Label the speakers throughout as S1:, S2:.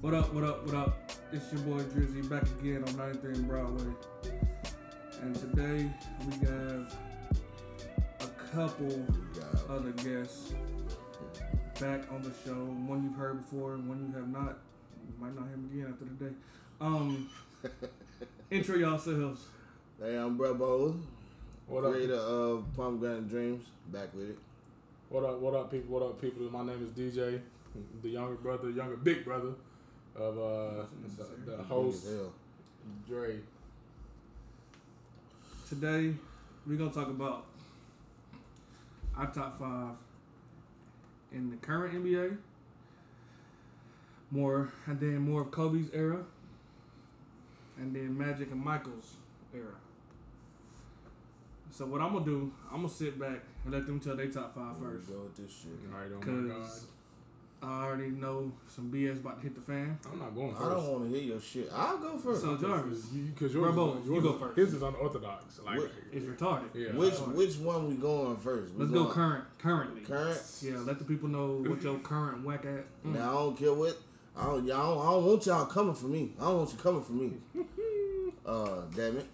S1: What up, what up, what up? It's your boy Drizzy back again on 93 and Broadway. And today we have a couple other guests back on the show. One you've heard before, one you have not. You might not hear him again after today. Um, intro yourselves.
S2: Hey, I'm Brett Bowles,
S3: What up?
S2: creator of Pomegranate Dreams. Back with it.
S3: What up? What up, people? What up, people? My name is DJ, the younger brother, younger big brother of uh, the, the host
S2: Big as hell.
S3: Dre.
S1: Today we're gonna talk about our top five in the current NBA. More and then more of Kobe's era. And then Magic and Michael's era. So what I'm gonna do, I'm gonna sit back and let them tell their top five
S2: Here we
S1: first.
S2: Go with this shit.
S3: All right, oh my god,
S1: Cause I already know some BS about to hit the fan.
S3: I'm not going first.
S2: I don't want to hear your shit. I'll go first.
S1: So Jarvis,
S3: Cause you, cause yours,
S1: Bro,
S3: is-
S1: Bo, you
S3: yours
S1: go
S3: is-
S1: first.
S3: His is unorthodox. Like,
S2: What?
S1: it's retarded.
S3: yeah.
S2: which which one we going first? We
S1: Let's go
S2: going
S1: current currently.
S2: current.
S1: Yeah, let the people know what your current whack at. Mm.
S2: Now I don't care what. I don't, y'all, I don't want y'all coming for me. I don't want you coming for me. uh, damn it.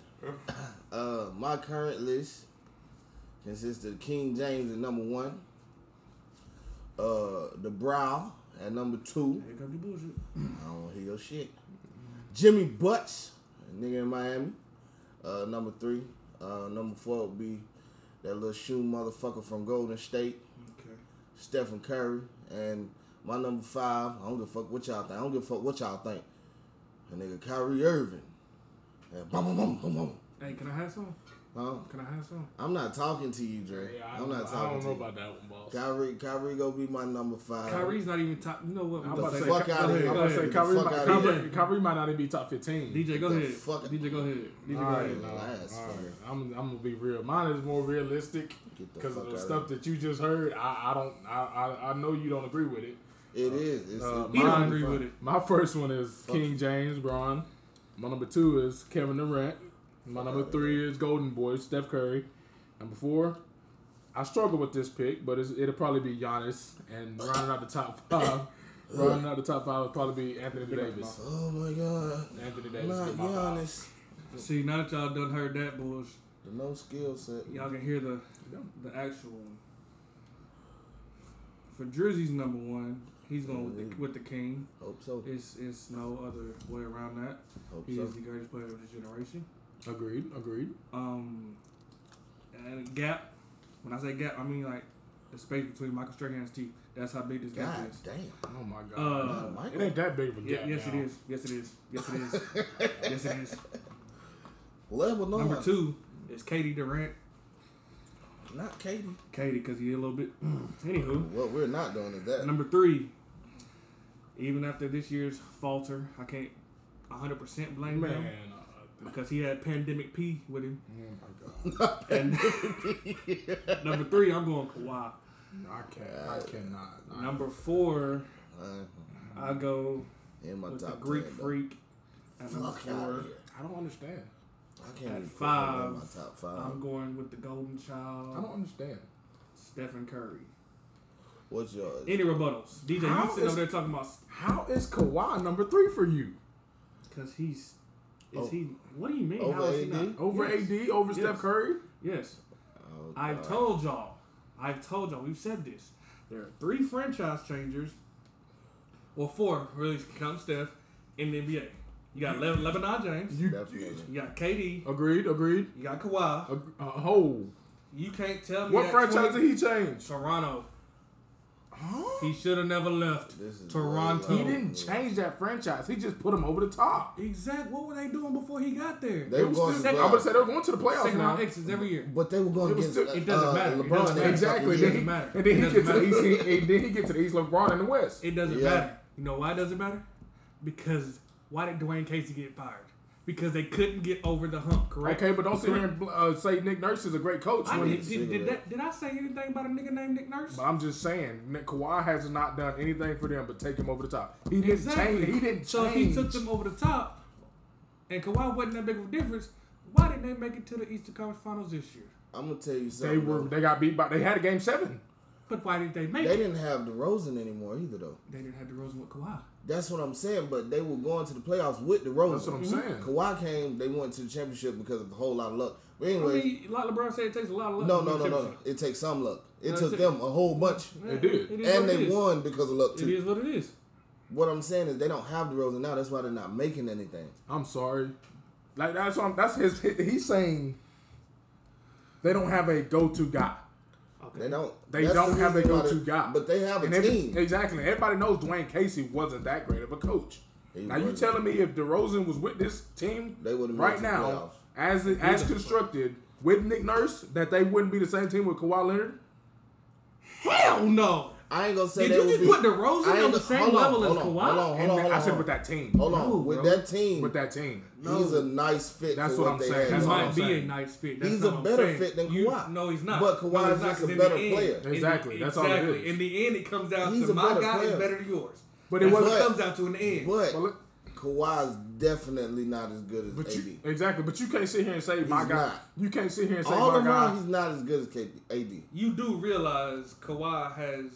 S2: Uh, my current list consists of King James at number one, uh, the Brow at number two.
S1: Here comes the bullshit.
S2: I don't wanna hear your shit. Jimmy Butts, a nigga in Miami. Uh, number three. Uh, number four would be that little shoe motherfucker from Golden State,
S1: Okay.
S2: Stephen Curry. And my number five, I don't give a fuck what y'all think. I don't give a fuck what y'all think. A nigga Kyrie Irving. And boom, boom, boom, boom, boom.
S1: Hey, can I have some?
S2: Huh?
S1: Can I have some?
S2: I'm not talking to you, Dre.
S3: Yeah, I
S2: I'm
S3: don't,
S2: not
S3: I
S2: talking
S3: don't know
S2: to you.
S3: about that one, boss.
S2: Kyrie, Kyrie gonna be my number five.
S1: Kyrie's not even top. You know what?
S3: Uh, I'm
S2: the
S3: about to say,
S2: fuck
S3: Ky-
S2: outta
S3: I'm
S2: here.
S3: about
S1: Go
S3: to say
S1: ahead.
S3: Kyrie,
S2: The fuck
S3: might,
S2: outta
S3: Kyrie,
S1: here.
S3: Kyrie might not even be top fifteen.
S1: DJ, go
S2: The
S1: ahead.
S2: fuck-
S1: DJ, go ahead. DJ, go
S3: All right,
S1: ahead.
S3: no,
S2: Last
S3: all
S2: fucker.
S3: right. I'm, I'm gonna be real. Mine is more realistic
S2: Get the
S3: because
S2: fuck
S3: of the
S2: outta
S3: stuff that you just heard. I, I don't. I, I, I know you don't agree with it.
S2: It is. It's,
S3: Uh,
S2: it's
S1: He don't
S3: Mine-
S1: agree with it.
S3: My first one is King James Braun. My number two is Kevin Durant. My number three is Golden Boy Steph Curry. Number four, I struggle with this pick, but it's, it'll probably be Giannis. And rounding out the top five, rounding out the top five would probably be Anthony Davis.
S2: Oh my god.
S3: Anthony Davis.
S2: Not
S3: is my five.
S2: Giannis.
S1: See, now that y'all done heard that bullshit,
S2: The no skill set.
S1: y'all can hear the the actual one. For Drizzy's number one, he's going with the,
S3: Mm-hmm.
S1: with the king.
S2: Hope so.
S1: It's it's no other way around that.
S2: Hope
S1: He
S2: so.
S1: is the greatest player of his generation.
S3: Agreed. Agreed.
S1: Um, and gap. When I say gap, I mean like the space between Michael Strahan's teeth. That's how big this gap
S2: God
S1: is.
S2: damn.
S3: Oh my God.
S1: Uh,
S2: Not Michael.
S3: it ain't that big of a
S1: Yeah,
S3: gap.
S1: yes, it
S3: now.
S1: is. Yes, it is. Yes, it is. yes, it is.
S2: Level no.
S1: Number two is Katie Durant.
S2: Not Katie.
S1: Katie, because he a little bit. Anywho,
S2: What we're not doing is that.
S1: number three. Even after this year's falter, I can't 100% blame
S3: Man.
S1: him
S2: Oh
S3: uh,
S1: because he had pandemic P with him.
S3: Oh my God.
S1: And number three, I'm going Kawhi.
S3: I can't.
S1: Uh,
S3: I cannot. I-
S1: Number four,
S2: Uh,
S1: I go
S2: in my
S1: with the
S2: top
S1: Greek
S2: 10, though.
S1: Freak. At number
S2: Fuck out
S1: four,
S2: here.
S3: I don't understand.
S2: I can't
S1: At
S2: even put
S1: five, Um,
S2: him in my top five.
S1: I'm going with the Golden
S3: I don't
S1: Child,
S3: understand.
S1: Stephen Curry.
S2: What's yours?
S1: Any rebuttals? DJ,
S3: How
S1: you sitting
S3: is-
S1: over there talking about
S3: How is Kawhi number three for you?
S1: because he's is
S2: Oh.
S1: he? What do you mean?
S2: Over
S1: How is he
S2: AD?
S1: not
S3: Over
S1: yes.
S3: AD, over
S1: Yes.
S3: Steph Curry?
S1: Yes,
S2: Oh,
S1: I've
S2: God.
S1: told y'all. I've told y'all. We've said this. There are three franchise changers, or four really count Steph in the NBA. You got Le- Lebanon James.
S3: You
S2: Definitely.
S1: You got KD.
S3: agreed, agreed.
S1: You got Kawhi.
S3: Ag- uh, oh,
S1: You can't tell me
S3: what
S1: that
S3: franchise
S1: 20
S3: did he change?
S1: Toronto.
S3: Huh?
S1: He should have never left
S2: This is
S1: Toronto.
S2: way
S3: He didn't change that franchise. He just put him over the top.
S1: Exactly. What were they doing before he got there?
S2: They were going to
S1: still-
S2: the
S3: I'm gonna
S2: playoffs.
S3: say they're going to the playoffs
S1: Second
S3: now.
S1: round exits every year.
S2: But they were going
S3: It was
S2: against
S3: still-
S2: uh,
S1: it doesn't
S2: uh,
S1: matter. It
S2: LeBron
S1: doesn't
S2: every
S1: matter.
S2: fucking year.
S3: Exactly. Then he,
S1: doesn't matter.
S3: and then
S1: It
S3: he
S1: doesn't
S3: get to the East. He, and then he get to the East. LeBron in the West.
S1: It doesn't
S2: Yeah.
S1: matter. You know why it doesn't matter? Because why did Dwayne Casey get fired? Because they couldn't get over the hump, correct?
S3: Okay, but don't sit here and bl- uh, say Nick Nurse is a great coach.
S1: I
S3: when
S1: did,
S3: he-
S1: did, did, that, did I say anything about a nigga named Nick Nurse?
S3: but I'm just saying, Nick, Kawhi has not done anything for them but take him over the top. He didn't change. He didn't change.
S1: So if he took them over the top, and Kawhi wasn't that big of a difference, why didn't they make it to the Eastern Conference Finals this year?
S2: I'm going to tell you
S3: They
S2: something.
S3: were
S2: though.
S3: they got beat by they had a game seven.
S1: But why did they make
S2: They
S1: it?
S2: didn't have DeRozan anymore either, though.
S1: They didn't have DeRozan with Kawhi.
S2: That's what I'm saying. But they were going to the playoffs with DeRozan.
S3: That's what I'm
S1: Mm-hmm.
S3: saying.
S2: Kawhi came. They went to the championship because of a whole lot of luck. But anyway,
S1: I mean, like LeBron said, it takes a lot of luck.
S2: no,
S1: to
S2: no,
S1: win
S2: no,
S1: a
S2: no, no.
S1: championship.
S2: It takes some luck. It
S1: No, it
S2: took
S1: took-
S2: them a whole bunch,
S1: Yeah,
S3: They did.
S1: it is
S2: and
S1: what it
S2: they
S1: is.
S2: won because of luck
S1: It
S2: too.
S1: is what it is.
S2: What I'm saying is they don't have DeRozan now. That's why they're not making anything.
S3: I'm sorry. Like that's what I'm, that's his. He's saying they don't have a go-to guy.
S1: Okay.
S2: They don't.
S3: They
S2: That's
S3: don't
S2: the
S3: have a
S2: reason why
S3: go-to
S2: they-
S3: guy.
S2: But they have a
S3: And every-
S2: team.
S3: Exactly. Everybody knows Dwayne Casey wasn't that great of a coach.
S2: He
S3: now you
S2: wasn't.
S3: telling me if DeRozan was with this team
S2: They would've made
S3: right
S2: the
S3: now,
S2: playoffs.
S3: as it, as constructed with Nick Nurse, that they wouldn't be the same team with Kawhi Leonard?
S1: Hell no.
S2: I ain't gonna say
S1: Did
S2: they
S1: you
S2: would
S1: just
S2: be,
S1: put DeRozan
S2: I ain't
S1: on the
S2: gonna-
S1: same
S2: hold on,
S1: level as
S2: hold
S1: Kawhi?
S2: on, Hold on, hold
S3: And
S2: on, hold
S3: I said
S2: on.
S3: with that team.
S2: Hold on,
S1: No,
S2: with
S1: bro.
S2: that team,
S3: With that team.
S2: he's a nice fit.
S3: That's
S2: for
S3: what
S2: what,
S3: I'm
S2: they
S3: saying.
S2: had
S1: That
S3: That's what
S2: going
S3: I'm
S1: might
S2: on.
S1: be a
S3: saying.
S1: nice fit. That's
S2: He's
S1: not
S2: a
S1: what I'm
S2: better
S1: saying.
S2: fit than
S1: You-
S2: Kawhi.
S1: no, he's not.
S2: But
S1: No,
S2: Kawhi
S1: he's
S2: is
S1: not,
S2: just
S1: 'cause
S2: a
S1: in the
S2: better
S1: end-
S2: player.
S1: in the-
S3: Exactly. That's all it
S1: exactly.
S3: is.
S1: In the end, it comes down
S2: He's
S1: to
S2: a
S1: my
S2: better
S1: guy is
S2: player.
S1: better than yours.
S3: But it
S1: That's
S3: wasn't-
S1: what it comes down to in the end.
S2: But
S3: Well, look-
S2: Kawhi's definitely not as good as
S3: But
S2: AD.
S3: you, exactly. But you can't sit here and say my
S2: He's
S3: guy.
S2: not.
S3: You can't sit here and say
S2: All
S3: my guy.
S2: around, he's not as good as KD, AD.
S1: you do realize Kawhi has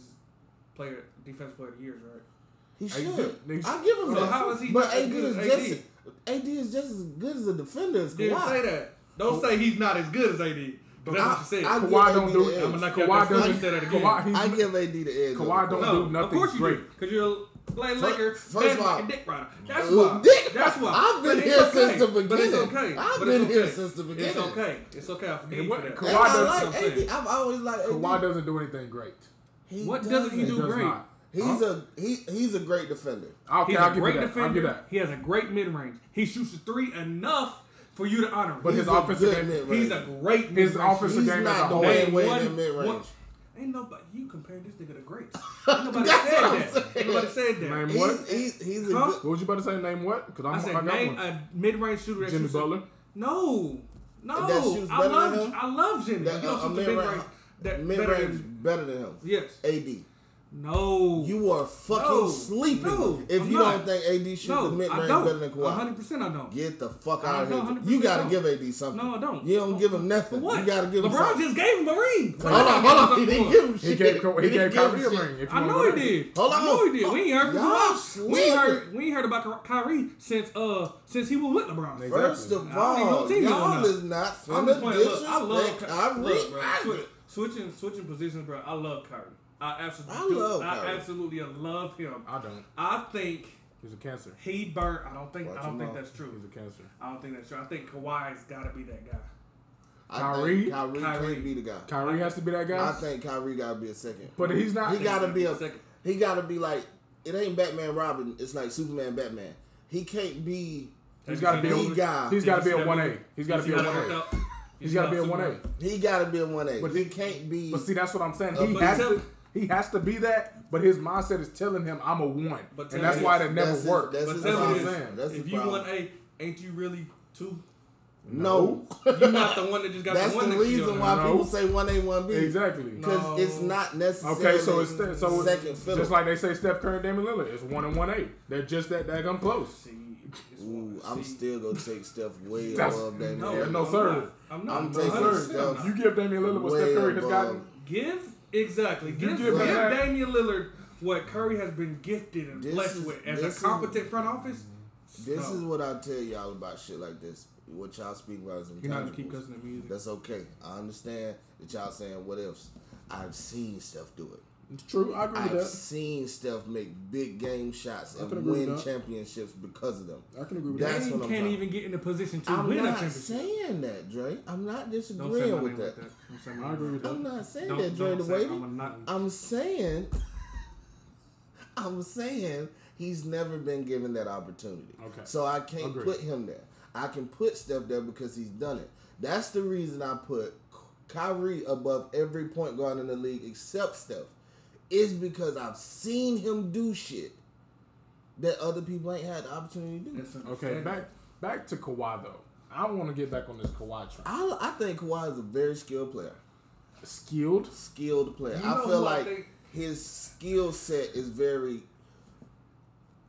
S1: player defense player of the years, right?
S2: He
S3: Hey,
S2: should.
S3: nigga,
S2: I give him
S1: so
S2: that.
S1: how is he
S2: but
S1: not as
S2: AD
S1: good
S2: is
S1: as
S2: just
S1: AD?
S2: AD is just as good as a defender as
S1: Didn't say
S2: Kawhi.
S1: that. Don't say he's not as good as AD. That's
S2: I-
S1: what you said.
S2: I give
S3: Kawhi
S2: AD
S3: don't
S2: the
S3: do
S2: edge.
S3: it.
S1: I'ma knock you out
S3: Kawhi
S1: that first.
S3: doesn't.
S1: Say that again.
S3: Kawhi, he's,
S2: I give AD the edge.
S3: Kawhi
S2: over
S3: don't
S1: no,
S3: do nothing
S1: of course you
S3: great.
S1: because you're play
S2: Fir-
S1: Laker,
S2: first
S1: first
S2: of all-
S1: dick rider. That's
S2: Ooh,
S1: why.
S2: dick-
S1: That's why.
S2: I've been
S1: But
S2: here
S1: it's
S2: since the
S1: okay. But it's
S2: beginning.
S1: okay.
S2: I've
S1: But
S2: been
S1: it's
S2: here
S1: okay.
S2: since the
S1: It's
S2: beginning.
S1: okay. It's okay. I forgive
S3: And
S1: you
S3: what-
S1: for that.
S3: Kawhi
S2: That's why I
S3: does
S2: like
S1: something.
S2: AD. I've always liked AD.
S3: Kawhi doesn't do anything great.
S2: He
S1: What doesn't he
S3: He
S1: do
S3: does
S1: great?
S3: not.
S2: He's a he. He's a great defender.
S3: Okay,
S1: He's
S3: I'll
S1: a
S3: give
S1: great
S3: you that. I'll give
S1: defender.
S3: that.
S1: He has a great mid range. He shoots a three enough for you to honor him.
S3: But his
S2: He's a
S3: offensive
S2: good
S3: game,
S2: mid-range.
S1: he's a great mid
S3: his
S1: range.
S3: offensive
S2: He's
S3: game is
S2: not
S3: a
S2: the
S3: whole.
S2: way- Dwayne Wade in mid-range.
S1: Ain't nobody you comparing this nigga to greats. Ain't nobody said
S2: what I'm
S1: that. Ain't
S2: saying.
S1: nobody said that.
S3: Name what?
S2: He's, he's, he's a
S1: Huh?
S2: good.
S3: What was you about to say? Name what? Because I'm
S1: I
S3: I
S1: said
S3: got
S1: name uh,
S3: one.
S1: a mid range shooter. that
S3: Jimmy
S1: shoots a-
S3: Butler.
S1: No, no.
S2: That shoots
S1: I
S2: better than
S1: love
S2: him?
S1: I love Jimmy.
S2: That,
S1: you don't
S2: a, a
S1: shoot the mid
S2: mid-range,
S1: range. That better
S2: mid-range
S1: than
S2: better than him.
S1: yes.
S2: AD.
S1: No.
S2: You are fucking
S1: No.
S2: sleeping
S1: No,
S2: if
S1: I'm
S2: you
S1: not.
S2: don't think AD shoots
S1: no,
S2: the mid
S1: I
S2: range
S1: don't.
S2: better than Kawhi.
S1: 100% I don't.
S2: Get the fuck
S1: I
S2: out
S1: know,
S2: of here.
S1: 100%
S2: You gotta
S1: don't.
S2: give AD something.
S1: No, I don't.
S2: You don't give him nothing.
S1: For what?
S2: You gotta give him
S1: LeBron
S2: something.
S1: just gave him a ring.
S2: hold on, hold on. He didn't give him
S3: He
S2: shit.
S3: gave Ka- he
S2: didn't
S3: gave
S2: give him
S3: Kyrie a
S2: shit.
S3: ring. If you
S1: I
S3: wanna
S1: know
S3: go
S1: he
S3: there.
S1: did.
S2: Hold
S1: I know
S2: on.
S1: he did. We ain't heard from
S2: Y'all
S1: LeBron. We ain't
S2: slipping.
S1: heard, we ain't heard about Kyrie since uh since he was with LeBron.
S3: Exactly.
S2: First of
S1: I don't
S2: all,
S1: even know team
S2: y'all
S1: is
S2: is not
S1: I'm just
S2: finna
S1: playing. Look, I love
S2: disrespect
S1: Kyrie. Look, bro,
S2: Kyrie.
S1: swi- switching switching positions, bro. I love Kyrie. I absolutely
S2: I
S1: do.
S2: love
S1: I
S2: Kyrie.
S1: absolutely love him.
S3: I don't.
S1: I think
S3: He's a cancer.
S1: he burnt. I don't think. I
S2: Watch
S1: don't
S2: him
S1: think
S2: out.
S1: that's
S3: He's
S1: true.
S3: a cancer.
S1: I don't think that's true. I think Kawhi's got to be that guy.
S2: I
S3: Kyrie?
S2: think Kyrie
S1: Kyrie.
S2: can't be the guy.
S3: Kyrie has to be that
S2: I
S3: guy.
S2: think Kyrie gotta be a second.
S3: But he's not.
S2: He gotta be a
S1: Second.
S2: he gotta be like it ain't Batman Robin, it's like Superman Batman. He can't be
S3: He's got to be
S2: He
S3: a.
S2: got-
S3: He's got to be a
S1: He's
S3: one A. He's got to be a
S1: He's not
S3: one A.
S1: worked out.
S3: He's got to be a
S1: not
S3: one A.
S1: Superman.
S2: he gotta be a one A.
S3: But
S2: But
S3: he-
S2: he can't be
S3: But see, that's what I'm saying.
S2: Uh,
S3: He
S2: but
S3: has
S1: tell-
S3: to. He has to be that. But his mindset is telling him, "I'm a one,"
S1: But tell
S3: and that's
S1: me
S3: why
S1: this.
S3: that never
S2: That's his-
S3: worked.
S2: that's
S3: But
S2: his
S3: that's what I'm
S1: problem.
S3: saying.
S2: That's
S1: If
S2: the
S1: you
S2: problem.
S1: want A, ain't you really two?
S2: No.
S1: You're not the one that just got
S2: That's
S1: the one
S2: the
S1: next to you on
S2: reason
S1: there.
S2: why
S3: No.
S2: people say one A, one B.
S3: Exactly.
S2: Because
S1: No.
S2: it's not necessarily
S3: Okay, so it's so
S2: second
S3: it's,
S2: fiddle.
S3: just like they say Steph Curry and Damian Lillard, it's one and one eight. They're just that daggum close.
S1: See, it's one-
S2: Ooh, I'm
S1: see,
S2: still gonna take Steph way
S3: That's-
S2: above Damian.
S1: No,
S2: Lillard.
S3: no,
S1: I'm
S3: sir.
S1: not. I'm not.
S2: I'm
S1: I'm
S2: taking
S1: not.
S2: Steph.
S3: You give Damian Lillard what Steph
S2: Way
S3: Curry has
S2: above.
S3: gotten.
S1: Give exactly. Give,
S3: give
S1: give
S3: him that.
S1: Damian Lillard what Curry has been gifted and
S2: This
S1: blessed
S2: is-
S1: with as a
S2: this is-
S1: competent front office.
S2: This
S1: No.
S2: is what I tell y'all about shit like this. What y'all speak about is
S1: You're not gonna keep
S2: intangibles.
S1: cussing at me either.
S2: That's okay. I understand that y'all saying what else. I've seen Steph do it.
S3: It's true, I agree
S2: I've
S3: with
S2: seen Steph make big game shots
S3: can
S2: and
S3: agree with
S2: win
S3: that.
S2: championships because of them.
S3: that. I can agree with
S1: Dame
S2: That's what I'm
S1: can't
S2: talking-
S1: even get in a position to
S2: I'm
S1: win a
S2: not
S1: championship.
S2: saying that, Dre. I'm not
S1: Don't say my
S2: disagreeing
S1: name
S2: with
S1: like
S2: that.
S1: that. Don't say my
S3: I agree
S1: name.
S3: with that.
S2: I'm not saying
S1: Don't-
S2: that, Dre.
S1: don't
S2: The
S1: say-
S2: way
S1: I'm not-
S2: I'm saying, I'm saying he's never been given that opportunity.
S3: Okay.
S2: So I can't
S3: Agreed.
S2: put him there. I can put Steph there because he's done it. That's the reason I put Kyrie above every point guard in the league except Steph. Is because I've seen him do shit that other people ain't had the opportunity to do.
S1: That's
S3: Okay,
S1: understandable.
S3: back back to Kawhi though. I want to get back on this Kawhi train.
S2: I, I think Kawhi is a very skilled player.
S3: Skilled.
S2: skilled player.
S1: You know
S2: I
S1: who I
S2: feel like
S1: think-
S2: his skill set is very.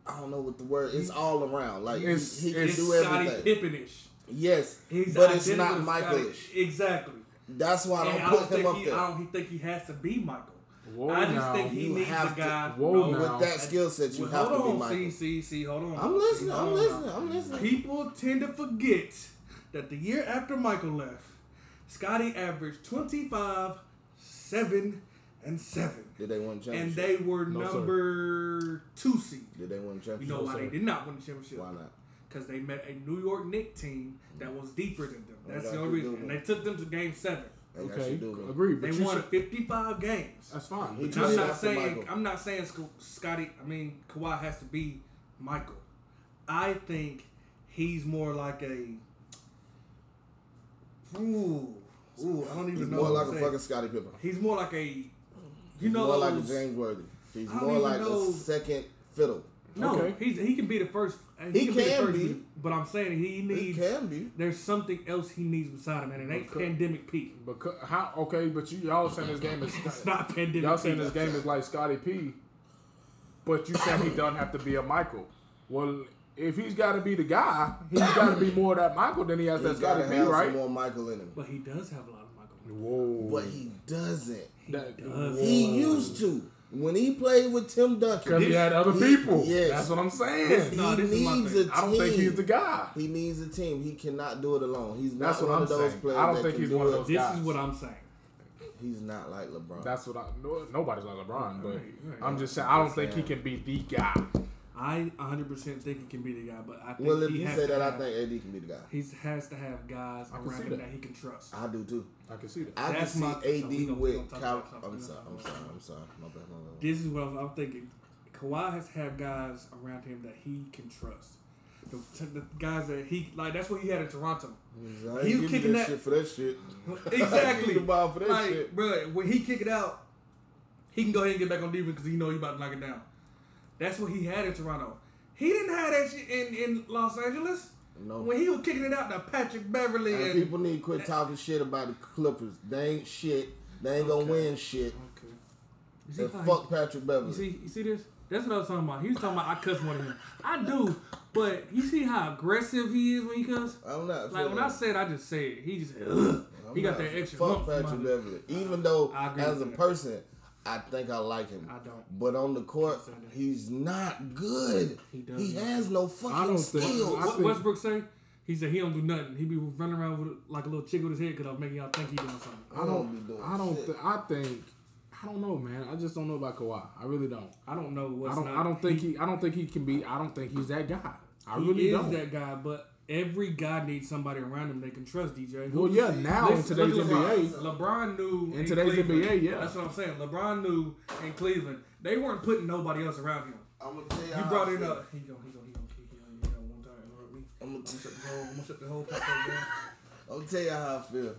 S2: I don't know what the word. It's all around. Like he-
S3: It's-
S2: he, can
S3: it's
S2: do
S1: Scottie
S2: everything.
S1: Pippenish.
S2: yes,
S1: He's
S2: but it's
S1: identical
S2: not
S1: to Scottie-
S2: Michaelish.
S1: Exactly.
S2: That's why I
S1: And
S2: don't
S1: I
S2: put
S1: don't
S2: him
S1: think
S2: up
S1: he,
S2: there.
S1: I don't he- think he has to be Michael.
S3: Whoa,
S1: I just
S3: now.
S1: think he
S2: You
S1: needs
S2: have
S1: a
S2: to-
S1: guy.
S3: Whoa,
S1: no,
S3: now.
S2: With that skill set, you
S1: well,
S2: have to be
S1: hold on,
S2: Michael.
S1: see, see, see, hold on.
S2: I'm listening.
S1: See,
S2: I'm
S1: hold on now.
S2: listening. I'm listening.
S1: People tend to forget that the year after Michael left, Scotty averaged 25, 7, and 7.
S2: Did they win the championship?
S1: And they were
S3: No, sir.
S1: number two seed.
S2: Did they win the
S1: You
S2: championship?
S1: know why
S3: sir.
S1: they did not win the championship?
S2: Why not?
S1: Because they met a New York Knicks team
S3: Mm-hmm.
S1: that was deeper than them.
S2: Oh,
S1: That's
S2: God,
S1: the only
S2: you
S1: reason.
S2: do
S1: And
S2: know.
S1: they took them to game seven.
S2: They got
S3: Okay,
S2: you doing it.
S3: agree. But
S1: They
S3: you
S1: won
S3: should-
S1: 55 games.
S3: That's
S2: He
S3: fine. But
S1: And
S3: you
S1: I'm
S2: traded
S3: should,
S1: not
S2: after
S1: saying
S2: Michael.
S1: I'm not saying Sc- Scotty. I mean Kawhi has to be Michael. I think he's more like a. Ooh, ooh, I don't even
S2: He's
S1: know.
S2: more
S1: what
S2: like
S1: to
S2: a
S1: say.
S2: fucking Scottie Pippen.
S1: He's more like a. You
S2: He's
S1: know,
S2: more like a
S1: those-
S2: James Worthy. He's
S1: I don't
S2: more
S1: even
S2: like
S1: know-
S2: a second fiddle.
S1: No,
S3: Okay.
S1: he's, he can be the first.
S2: He
S1: the
S2: can
S1: first,
S2: be.
S1: but I'm saying he
S2: He
S1: needs.
S2: can be.
S1: There's something else he needs beside him, and it ain't
S3: Okay.
S1: pandemic peak.
S3: because, how? Okay, but you y'all saying this game is
S1: It's not pandemic.
S3: y'all saying
S1: peak.
S3: this game is like Scotty P, but you saying he don't have to be a Michael. Well, if he's got to be the guy, he's got to be more that Michael than he has that
S2: He's got
S3: Scotty
S2: to
S3: P,
S2: have
S3: right?
S2: some more Michael in him.
S1: But he does have a lot of Michael.
S3: Whoa,
S2: But he doesn't.
S1: He
S3: That-
S1: does.
S2: He used to. When he played with Tim Duncan,
S3: because he had other
S2: he-
S3: people.
S2: yes.
S3: That's what I'm
S2: he
S3: saying.
S1: No, this is my
S2: needs a
S1: thing.
S2: team.
S3: I don't think he's the guy.
S2: He needs a team. He cannot do it alone. He's not
S3: That's what
S2: one
S3: I'm
S2: of those
S3: saying.
S2: players.
S3: I don't
S2: that
S3: think
S2: can
S3: he's
S2: do
S3: one of
S2: it.
S3: those
S1: This
S3: guys.
S1: is what I'm saying.
S2: He's not like LeBron.
S3: That's what I. No, nobody's like LeBron, but
S1: Right, right.
S3: I'm just saying. I don't think he can be the guy.
S1: I 100% think he can be the guy, but I think
S2: well, if
S1: he
S2: you
S1: has
S2: say
S1: to
S2: that, I
S1: have-
S2: think AD can be the guy.
S1: he has to have guys
S3: can see
S1: around him
S3: that.
S1: that he can trust.
S2: I do too.
S3: I can see that.
S2: I
S1: That's
S2: can
S1: my-
S2: see
S1: so we
S2: AD
S1: gonna- we gonna
S2: with
S1: talk
S2: Cal.
S1: about something
S2: I'm
S1: else.
S2: sorry. I'm sorry. I'm sorry. My bad. My bad.
S1: This is what I'm thinking. Kawhi has to have guys around him that he can trust. The, the guys that he like. That's what he had in Toronto.
S2: I ain't
S1: You
S2: giving
S1: kicking
S2: that,
S1: that-
S2: shit for that shit.
S1: Exactly.
S2: the ball for that
S1: like,
S2: shit.
S1: bro, when he kick it out, he can go ahead and get back on defense because he know he about to knock it down. That's what he had in Toronto. He didn't have that shit in, in Los Angeles.
S2: No.
S1: When he was kicking it out to Patrick Beverly
S2: And
S1: and,
S2: people need to quit talking shit about the Clippers. They ain't shit. They ain't gonna win shit.
S1: Okay. You see,
S2: And
S1: how he-
S2: fuck Patrick
S1: you
S2: Beverly.
S1: see, you see this? That's what I was talking about. He was talking about I cuss more than him. I do, but you see how aggressive he is when he cuss.
S2: I'm not.
S1: Like
S2: feeling
S1: when I
S2: it.
S1: said, I just said he just Ugh.
S2: I'm
S1: he got
S2: not-
S1: that extra.
S2: Fuck
S1: lump in my-
S2: Patrick Beverly. Even though
S1: I agree
S2: as
S1: with
S2: a
S1: that.
S2: person, I think I like him.
S1: I don't.
S2: But on the
S1: Can't
S2: court,
S1: say that.
S2: he's not good.
S1: He
S2: He,
S1: does not.
S2: has no fucking
S3: don't think-
S2: skills.
S3: I
S1: What
S3: think-
S1: Westbrook say? He said he don't do nothing. He be running around with like a little chick with his head cut off, making y'all think he doing something.
S3: I
S2: be
S3: don't.
S2: doing
S3: I don't.
S2: shit.
S3: Th- I think. I don't know, man. I just don't know about Kawhi. I really don't.
S1: I don't know what's
S3: I don't.
S1: not.
S3: I don't think he. I don't think he can be. I don't think he's that guy. I
S1: he
S3: really
S1: is
S3: don't.
S1: that guy, but every guy needs somebody around him they can trust. DJ.
S3: Well, yeah. Now in
S1: Listen,
S3: today's
S1: look at
S3: NBA,
S1: LeBron. LeBron knew
S3: In today's
S1: Cleveland-
S3: NBA, yeah.
S1: that's what I'm saying. LeBron knew in Cleveland they weren't putting nobody else around him.
S2: I'm gonna tell you.
S1: You brought it up. He gonna he gonna he gonna keep he gonna, he gonna one time interrupt me.
S2: I'm
S1: I'm
S2: gonna,
S1: gonna shut the whole I'm gonna shut the whole podcast down.
S2: I'm gonna tell you how I feel.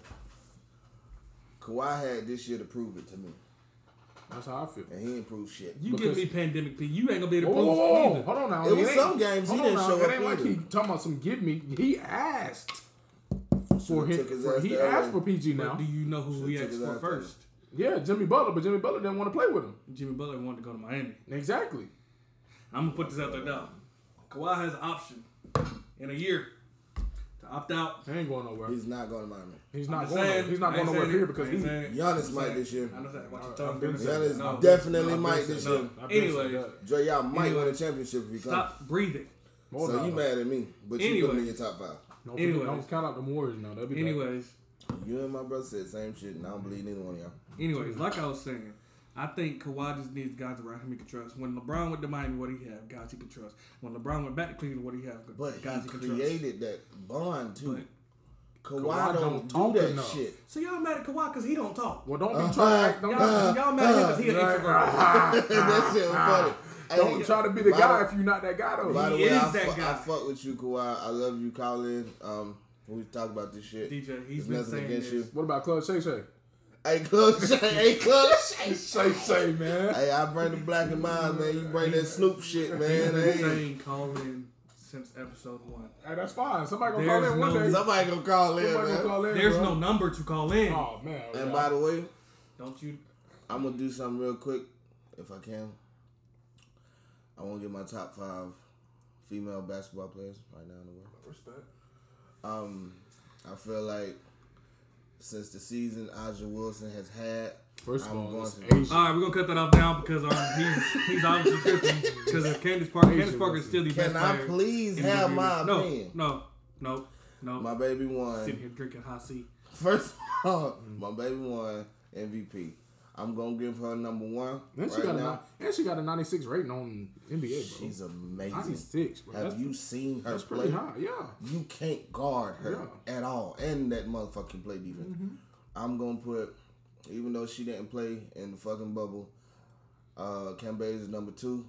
S2: Kawhi had this year to prove it to me,
S3: that's how I feel.
S2: and he ain't proved shit.
S1: You give
S3: Because-
S1: me pandemic P. You ain't gonna be the
S3: Whoa, whoa,
S1: proof
S3: whoa,
S1: either.
S3: hold on now.
S2: It was
S3: ain't-
S2: some games he
S3: hold on
S2: didn't show
S3: It
S2: up
S3: ain't like
S2: either.
S3: he talking about some give me. He asked for him.
S2: took his
S3: for-
S2: ass
S3: He
S2: to LA.
S3: asked for PG now.
S1: But do you know who he
S2: Should've
S1: asked
S2: took his
S1: for
S2: ass
S1: first?
S3: Yeah, Jimmy Butler, but Jimmy Butler didn't want to play with him.
S1: Jimmy Butler wanted to go to Miami.
S3: Exactly.
S1: I'm gonna put this out there now. Kawhi has an option in a year to opt out.
S3: He ain't going nowhere.
S2: He's not going to Miami.
S3: He's
S1: I'm
S3: not
S1: just
S3: going.
S1: saying,
S3: nowhere. He's not
S1: I
S3: going
S1: ain't
S3: nowhere
S1: saying
S3: here
S1: it,
S3: because
S1: I ain't
S3: he. Uh,
S1: saying it.
S2: Giannis
S1: I'm
S2: might
S1: saying
S2: this year.
S1: it. I know that. Watch your
S3: I've
S1: tongue.
S3: been
S1: Dennis.
S3: saying
S2: Giannis
S1: No.
S2: definitely
S3: I've
S2: might
S3: been
S2: this
S3: saying
S2: year.
S1: No.
S3: I've been saying
S1: Anyways,
S3: that.
S2: Dre, y'all might
S1: Anyway.
S2: win a championship if you come.
S1: stop breathing.
S3: Hold
S2: So
S3: on.
S2: you mad at me, but you put him in
S1: Anyways.
S2: your top five.
S3: Don't, forget-
S1: Anyways.
S3: don't count out the Warriors now. That'd be bad.
S1: Anyways,
S2: You and my brother said the same shit, and I don't believe neither one of y'all.
S1: anyways, like I was saying, I think Kawhi just needs guys around him he can trust. When LeBron went to Miami, what he have? Guys he could trust. When LeBron went back to Cleveland, what he have?
S2: But
S1: guys
S2: he
S1: he can trust.
S2: created that bond too. Kawhi,
S3: Kawhi
S2: don't, do
S3: don't talk
S2: that
S3: enough.
S2: shit.
S1: So y'all mad at Kawhi because he don't talk.
S3: Well, don't be
S2: Uh-huh.
S3: trying. Don't,
S1: Y'all, y'all mad at him because he an
S3: Right,
S1: introvert.
S3: right.
S2: that shit was funny. Hey,
S3: don't try to be the
S2: by
S3: guy
S2: the-
S3: if you're not that guy though.
S2: By the
S1: He
S2: way, I,
S1: is that
S2: fu-
S1: guy.
S2: I fuck with you, Kawhi. I love you, Colin. Um, we talk about this shit.
S1: DJ, he's
S2: There's
S1: been
S2: nothing
S1: saying
S2: against
S1: this.
S2: you.
S3: what about Club Shay Shay?
S2: Hey, Club Shay. Hey, Club Shay.
S3: Shay Shay, man.
S2: Hey, I bring the black and mine, man. You bring that Snoop shit,
S1: He's
S2: man.
S1: been
S2: Hey.
S1: saying call in since episode one.
S3: Hey, that's fine. Somebody gonna call
S1: There's
S3: in one
S1: no-
S3: day. Somebody
S2: Somebody gonna call in,
S3: gonna
S2: man.
S3: call in.
S1: There's
S3: bro.
S1: no number to call in.
S3: Oh man.
S2: And by the way,
S1: Don't you?
S2: I'm gonna do something real quick, if I can. I want to get my top five female basketball players right now in the world.
S3: respect.
S2: Um, I feel like since the season Aja Wilson has had,
S3: First of
S2: I'm
S3: all,
S2: going
S3: it's
S2: to-
S3: Asian.
S1: All right, we're gonna cut that off down because um, he's he's obviously tripping because Candace Parker. Candace
S3: Asian
S1: Parker is still the best
S2: Can I
S1: player.
S2: please
S1: in the
S2: have
S1: WWE.
S2: my
S1: no,
S2: opinion?
S1: no, no, no,
S2: My baby
S1: Sitting
S2: won.
S1: here drinking hot seat.
S2: First of all, my baby won MVP. I'm gonna give her number one
S3: Then she
S2: right
S3: got a
S2: now.
S3: ni- and she got a 96 rating on NBA, bro.
S2: She's amazing.
S3: 96, bro.
S2: Have
S3: That's,
S2: you seen her
S3: that's
S2: play?
S3: pretty high. Yeah.
S2: You can't guard her at all, and that motherfucking play defense.
S3: Mm-hmm.
S2: I'm gonna put, even though she didn't play in the fucking bubble, uh, Kembe is number two.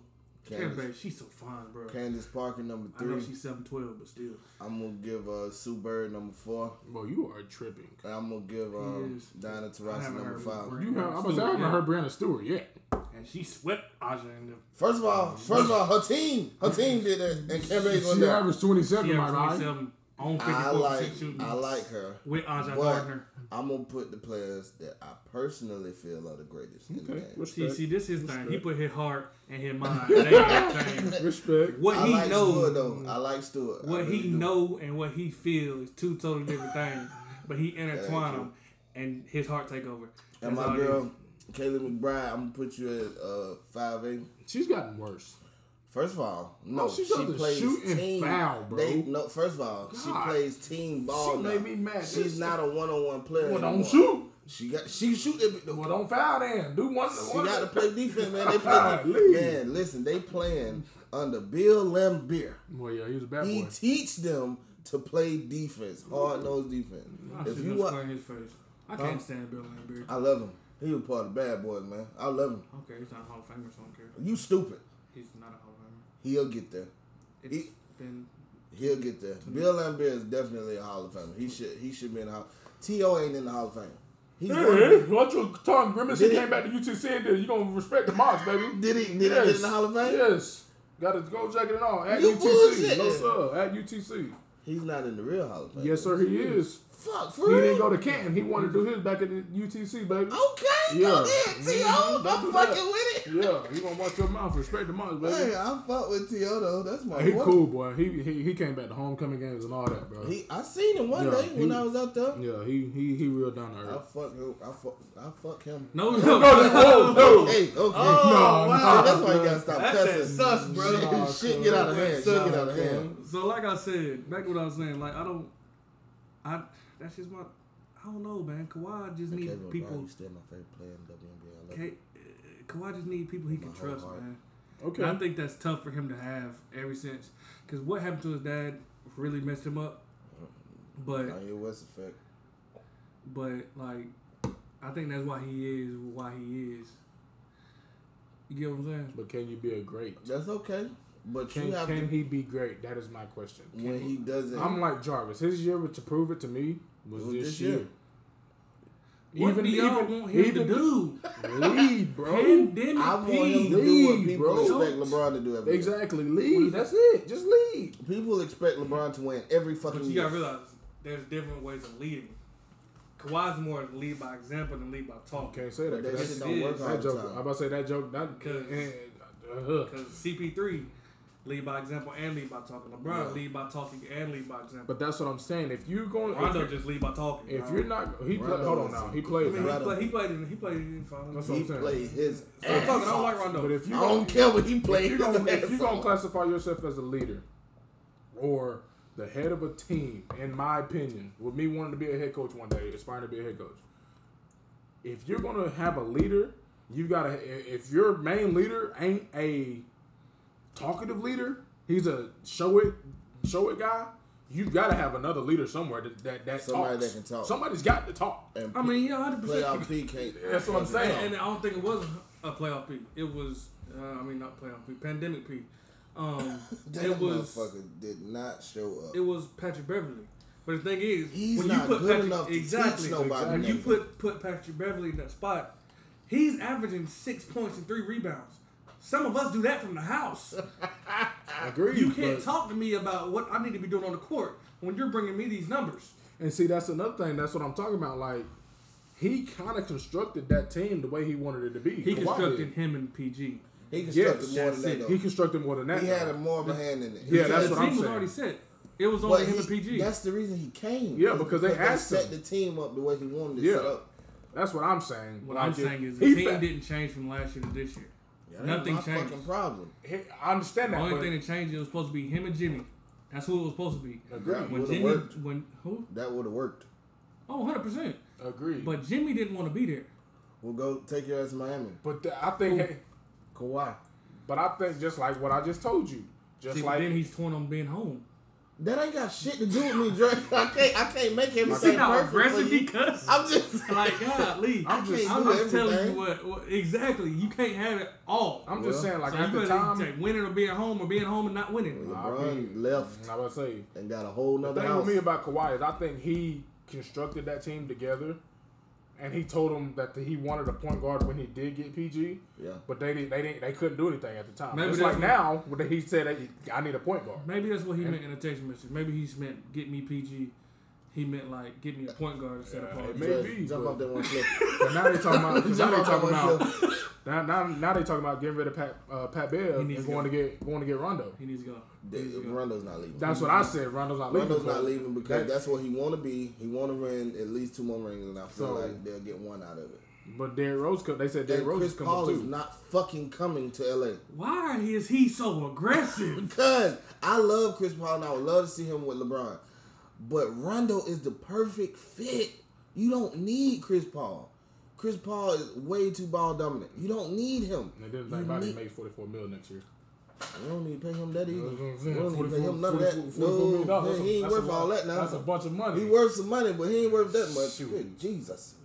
S1: Damn, babe,
S2: Candace,
S1: she's so fine, bro.
S2: Candace Parker number
S1: I know
S2: three.
S1: she's seven twelve, but still,
S2: I'm gonna give uh, Sue Bird number four.
S3: Bro, you are tripping.
S2: And I'm gonna give um,
S1: is.
S2: Diana
S1: I
S2: Taurasi
S1: haven't
S2: number
S1: heard
S2: five.
S1: word.
S3: You have, I was
S1: Stewart,
S3: having
S1: yeah.
S3: her Brianna Stewart yet.
S1: and she swept Aja in the
S2: First of all, first of all, her team, her team did that, and Kembe was
S3: She
S2: there.
S3: averaged 27,
S1: She
S3: my
S1: had
S3: guy.
S1: 27 on 54
S2: I like,
S1: shooting
S2: I like her.
S1: with Aja
S2: But
S1: Gardner.
S2: I'm gonna put the players that I personally feel are the greatest in the
S3: Okay.
S2: game.
S1: See,
S3: Respect.
S1: see, this is his thing. He
S3: Respect.
S1: put his heart and his mind. They ain't changed.
S3: Respect.
S1: what
S2: I
S1: he
S2: like
S1: knows,
S2: Stewart though. I like Stewart. I
S1: what
S2: really
S1: he
S2: do.
S1: know, and what he feel is two totally different things. But he intertwine them, and his heart take over.
S2: And
S1: That's
S2: my
S1: all it
S2: girl, Kaylee McBride, I'm gonna put you at uh five eight.
S3: She's gotten worse.
S2: First of all, no,
S3: Oh, she
S2: she,
S3: doesn't
S2: plays
S3: shoot and
S2: team.
S3: foul, bro.
S2: They, no, first of all, she
S3: God.
S2: plays team ball.
S3: She
S2: now.
S3: made me mad.
S2: She's
S3: This-
S2: not a one on one player.
S3: Well, don't
S2: anymore.
S3: shoot.
S2: She got she shoot. It,
S3: Well, don't foul then. Do one.
S2: she
S3: one
S2: got to play defense, man. They play.
S3: Golly.
S2: man, listen, they playing under Bill Lambier.
S3: Well, yeah, he was a bad
S2: He
S3: boy.
S2: teach them to play defense, hard nosed defense.
S1: is. I
S2: If
S1: should
S2: you
S1: just
S2: wa-
S1: spray in his face. I can't stand Bill Lambert.
S2: I love him. He was part of Bad Boys, man. I love him.
S1: Okay, he's not a Hall of Famer, so I don't care.
S2: You stupid.
S1: He's not a Hall of Famer.
S2: He'll get there.
S1: It's
S2: He-
S1: been
S2: He'll get there. Bill Lambert is definitely a Hall of Famer. He should he should be in the Hall. T.O. ain't in the Hall of Fame. He's
S3: Hey, watch your tongue grimace. He
S2: Did it-
S3: came back to UTC and did. You gonna respect the mods, baby?
S2: Did he- did he get in the Hall of Fame?
S3: Yes. Got his gold jacket and all at
S2: You
S3: UTC. No
S2: bullshitting.
S3: sir, at UTC.
S2: he's not in the real Hall of Fame.
S3: Yes sir, he is.
S2: Fuck,
S3: He
S2: for
S3: didn't
S2: real?
S3: go to Canton. He wanted to do his back at the UTC,
S2: Okay,
S3: baby. Yeah.
S2: go there, T.O.
S3: Mhm,
S2: I'm
S3: don't do that.
S2: fucking with it.
S3: Yeah, you gonna watch your mouth. Respect the mods, baby.
S2: Hey, I fuck with T.O. though. That's my
S3: He
S2: boy.
S3: cool boy. He, he he came back to homecoming games and all that, bro.
S2: He, I seen him one
S3: Yeah,
S2: day when
S3: he-
S2: I was out there.
S3: yeah, he he he real down to
S2: I
S3: earth.
S2: fuck him. I fuck, I fuck him.
S1: no,
S3: No, Oh, no, no, no.
S2: Hey, okay.
S3: No,
S2: wow,
S3: no,
S2: that's why you
S3: no.
S2: gotta stop
S1: That
S2: cussing.
S1: shit sus, bro.
S2: Shit, shit get out of hand. Shit get out of hand.
S1: So like I said, back to what I was saying, like I don't, I that's just my, I don't know, man. Kawhi just need
S2: Kevin
S1: people.
S2: Durant still my favorite player in WNBA. I love
S1: Ka-
S2: him.
S1: uh, Kawhi just need people he can
S2: whole
S1: trust,
S2: heart.
S1: man.
S3: Okay.
S1: And I think that's tough for him to have ever since, because what happened to his dad really messed him up. But
S2: Kanye West effect.
S1: but like, I think that's why he is why he is. You get what I'm saying?
S3: But can you be a great?
S2: That's okay, but
S3: Can
S2: you have
S3: can
S2: to
S3: he be great? That is my question.
S2: when he doesn't.
S3: I'm like Jarvis. His year to prove it to me was
S2: Well,
S3: this,
S2: this
S3: year.
S2: year.
S1: What do y'all want him to do?
S3: lead, bro.
S1: Pandemic
S2: I want
S1: P.
S2: him to do what
S3: leave,
S2: people
S3: bro.
S2: expect LeBron to do every year.
S3: Exactly, lead. That's it. Just lead.
S2: People expect LeBron to win every fucking
S1: But you
S2: year.
S1: gotta realize there's different ways of leading. Kawhi's more lead by example than lead by talking.
S3: Can't say that.
S2: but
S3: 'cause
S2: that
S1: that's-
S2: shit don't work
S1: that
S2: all
S3: that
S2: the
S3: joke. I'm
S2: time.
S3: about to say that joke. That.
S1: 'Cause-
S3: eh, uh,
S1: Because CP3 lead by example and lead by talking. LeBron
S2: Yeah.
S1: lead by talking and lead by example.
S3: But that's what I'm saying. If you're going, if
S1: Rondo
S3: you're-
S1: just lead by talking.
S3: If
S1: bro.
S3: you're not, he play,
S2: Rondo
S3: hold on
S2: is-
S3: now. He
S1: I
S3: played.
S1: mean,
S3: now.
S1: he,
S2: Rondo-
S1: play, he played in he played in the finals.
S3: That's
S1: So
S3: what
S2: He
S3: I'm saying.
S2: played his
S1: I'm
S2: ass
S1: talking. I don't like
S2: off.
S1: Rondo.
S3: But if
S2: I
S3: you
S2: don't care what he played.
S3: if you gonna,
S2: his
S3: if you
S2: ass
S3: gonna
S2: off.
S3: classify yourself as a leader or the head of a team, in my opinion, with me wanting to be a head coach one day, aspiring to be a head coach, if you're gonna have a leader, you gotta. i- If your main leader ain't a talkative leader, he's a show it, show it guy. You gotta have another leader somewhere that that, that
S2: Somebody
S3: talks.
S2: that can talk.
S3: Somebody's got to talk.
S2: and
S1: I mean, yeah, 100.
S2: playoff
S1: percent
S2: P can't.
S3: That's what
S2: fucking
S3: I'm saying.
S2: talk.
S1: And I don't think it was a playoff P. It was. Uh, I mean, not playoff P. Pandemic P. Um,
S2: That
S1: it was.
S2: motherfucker did not show up.
S1: It was Patrick Beverly. But the thing is,
S2: He's
S1: when
S2: not
S1: you put
S2: good
S1: Patrick,
S2: enough to
S1: exactly,
S2: teach nobody
S1: when you
S2: nothing.
S1: put put Patrick Beverly in that spot, he's averaging six points and three rebounds. Some of us do that from the house.
S3: I agree.
S1: You can't
S3: but-
S1: talk to me about what I need to be doing on the court when you're bringing me these numbers.
S3: And see, that's another thing. That's what I'm talking about. Like, he kind of constructed that team the way he wanted it to be.
S1: He
S3: Kawhi
S1: constructed
S3: did.
S1: him and PG.
S2: he constructed
S3: Yes,
S2: more than that.
S1: that's
S2: Though.
S1: it.
S3: He constructed more than that.
S2: He had
S3: though.
S2: a more of a hand in it.
S3: Yeah,
S2: He
S3: that's
S1: the
S2: had-
S3: what
S1: team
S3: I'm
S1: was
S3: saying.
S1: already set. It was
S2: But
S1: only him
S2: he-
S1: and PG.
S2: That's the reason he came.
S3: Yeah, because they asked
S2: set
S3: him.
S2: the team up the way he wanted it
S3: Yeah.
S2: set up.
S3: That's what I'm saying.
S1: What
S3: But
S1: I'm
S3: I just-
S1: saying is the
S3: he
S1: team
S3: fa-
S1: didn't change from last year to this year.
S2: Yeah, that
S1: Nothing
S2: ain't my
S1: changed.
S2: fucking problem.
S3: he- I understand
S1: The
S3: that.
S1: only
S3: but
S1: thing that changed it was supposed to be him and Jimmy. That's who it was supposed to be.
S2: That
S1: When
S2: would
S1: Jimmy,
S2: have worked.
S1: when who?
S2: That would have worked.
S1: Oh, 100 percent.
S3: agreed. But
S1: But Jimmy didn't want to be there.
S2: We'll go take your ass to Miami.
S3: but th- I think.
S2: Kawhi.
S3: But I think just like what I just told you, just
S1: See, but
S3: like
S1: then he's torn on being home.
S2: That ain't got shit to do with me, Dre. I can't. I can't make everything
S1: See how
S2: perfect for
S1: aggressive he
S2: you.
S1: cussed.
S2: I'm just
S1: like God, Lee.
S2: I'm
S1: I'm
S2: just-
S1: just,
S2: I
S1: I'm
S2: do
S1: just telling you
S2: everything.
S1: what, what exactly. You can't have it all.
S3: I'm just
S2: Well,
S3: saying like
S1: so
S3: at
S1: you
S3: the
S1: better
S3: time.
S1: take winning or being home or being home and not winning.
S3: Nah,
S2: LeBron left.
S3: I about to say
S2: and got a whole
S3: the
S2: nother
S3: thing with me
S2: house.
S3: about Kawhi is I think he constructed that team together, and he told them that he wanted a point guard when he did get PG.
S2: Yeah.
S3: But they didn't. They didn't. They couldn't do anything at the time.
S1: Maybe
S3: it's
S1: that's
S3: like
S1: what-
S3: now, when he said, hey, "I need a point guard."
S1: Maybe that's what he meant in a text message. Maybe he just meant get me PG. He meant like get me a point guard instead of
S3: Yeah,
S1: Paul.
S3: it
S1: George.
S3: may-
S2: Dre,
S3: maybe,
S2: jump
S3: but-
S2: off that one cliff.
S3: But now they talking about. now they
S2: Jump off
S3: talking
S2: that one
S3: about.
S2: cliff.
S3: Now, now, now they talking about getting rid of Pat uh, Pat Bev
S1: needs
S3: and
S1: to
S3: going
S1: go.
S3: to get going to get Rondo.
S1: He needs to go. He needs to
S2: Dude,
S1: go.
S2: Rondo's uh, not leaving.
S3: That's what I said. Rondo's not leaving.
S2: Rondo's
S3: but
S2: not leaving because
S3: that-
S2: that's what he want to be. He want to win at least two more rings, and I feel
S3: So-
S2: like they'll get one out of it.
S3: But Derrick Rose, co- they said Derrick
S2: And
S3: Rose
S2: Chris
S3: is coming
S2: Paul
S3: too.
S2: is not fucking coming to LA
S1: Why is he so aggressive?
S2: because I love Chris Paul and I would love to see him with LeBron, but Rondo is the perfect fit. You don't need Chris Paul. Chris Paul is way too ball dominant. You don't need him.
S3: And then
S2: You
S3: think about it, he
S2: need-
S3: made 44 mil next year.
S2: We don't need to pay him that either.
S3: You know what I'm
S2: We
S3: saying?
S2: don't need to pay
S3: 44
S2: him none of that.
S3: 44 million
S2: No,
S3: dollars.
S2: man, he ain't
S3: That's a
S2: worth
S3: lot.
S2: all that now.
S3: That's a bunch of money.
S2: He worth some money, but he ain't worth that much.
S3: Shoot.
S2: Good Jesus.